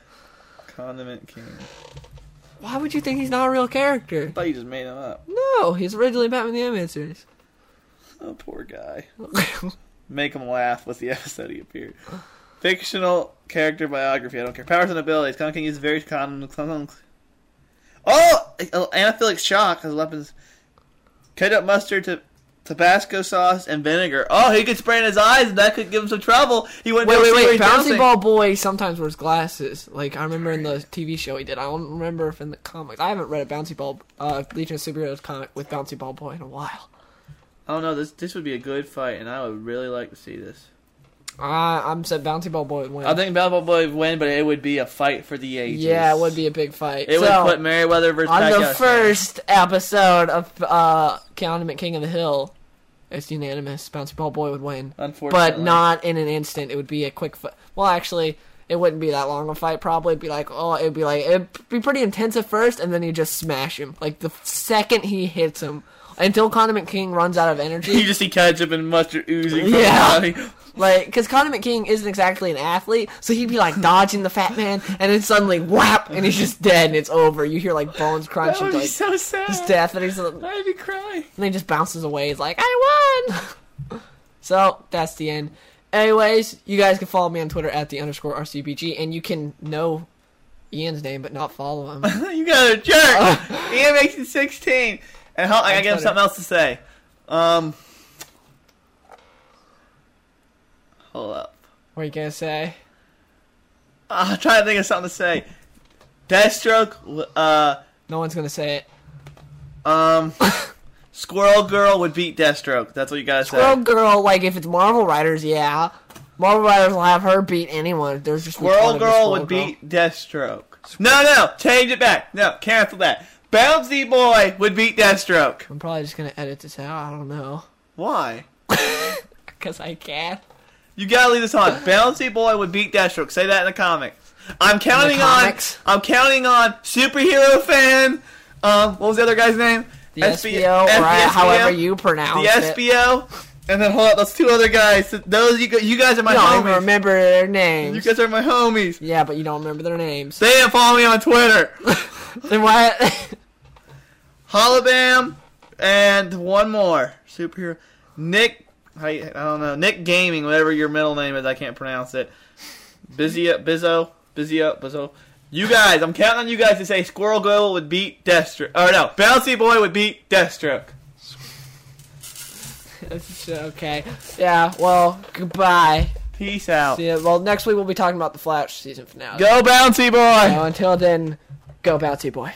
Condiment King.
Why would you think he's not a real character?
I thought you just made him up.
No, he's originally Batman the Animated Series.
Oh, poor guy. Make him laugh with the episode he appeared. Fictional character biography. I don't care. Powers and abilities. Condiment King is very common. Oh, anaphylactic shock as weapons. Cut up mustard to Tabasco sauce and vinegar. Oh, he could spray in his eyes, and that could give him some trouble. He went.
wait, wait, wait. Bouncy Ball Boy sometimes wears glasses. Like, I remember in the TV show he did. I don't remember if in the comics. I haven't read a Bouncy Ball, uh, Legion of Superheroes comic with Bouncy Ball Boy in a while.
Oh no, this this would be a good fight, and I would really like to see this.
I, I'm said Bouncy Ball Boy would win.
I think Bouncy Ball Boy would win, but it would be a fight for the ages.
yeah, it would be a big fight.
It
so,
would put Meriwether versus
on the
Pacquiao.
first episode of uh, Condiment King of the Hill, It's unanimous. Bouncy Ball Boy would win,
Unfortunately,
but not in an instant. It would be a quick. Fi- well, actually, it wouldn't be that long a fight. Probably it'd be like oh, it'd be like it'd be pretty intense at first, and then you just smash him like the second he hits him until Condiment King runs out of
You
energy.
just see ketchup and mustard oozing. From
Yeah.
The body.
like because Condiment King isn't exactly an athlete, so he'd be like dodging the Fat Man, and then suddenly whap, and he's just dead, and it's over. You hear like bones
That
crunching,
would be
like
Oh, so sad.
his death, and he's like,
I'd be crying.
And then he just bounces away. He's like, I won! so, that's the end. Anyways, you guys can follow me on Twitter at the underscore RCBG, and you can know Ian's name but not follow him.
you got a
Uh,
jerk. Ian makes it 16. And how, I
On
got
Twitter.
something else to say. Um, hold up. Uh,
what are you gonna say?
I'm trying to think of something to say. Deathstroke, uh,
No one's gonna say it.
um, Squirrel Girl would beat Deathstroke. That's what you gotta
Girl,
say.
girl, like if it's Marvel writers, yeah. Marvel writers will have her beat anyone. There's just
Squirrel Girl would beat Deathstroke. No, no, change it back. No, cancel that. Bouncy Boy would beat Deathstroke.
I'm probably just gonna edit this out. I don't know,
Why?
cause I can.
You gotta leave this on. Bouncy Boy would beat Deathstroke. Say that in the comics. I'm counting
comics?
on. I'm counting on superhero fan. Um, what was the other guy's name?
The SBO, or
SBO,
however you pronounce
the
it.
SBO, and then hold up, those two other guys. Those you, gu- you guys are my
You don't
homies.
remember their
You
names.
guys are my homies.
Yeah, but you don't remember their names.
They didn't follow me on Twitter.
then why?
Holobam, and one more superhero. Nick, I, I don't know. Nick Gaming, whatever your middle name is, I can't pronounce it. Busy up, Bizzo, Busy up, Bizzo. You guys, I'm counting on you guys to say Squirrel Girl would beat Deathstroke. Or no, Bouncy Boy would beat Deathstroke.
It's okay. Yeah, well, goodbye.
Peace out.
See ya. Well, next week we'll be talking about the Flash season finale.
Go Bouncy Boy.
So until then, go Bouncy Boy.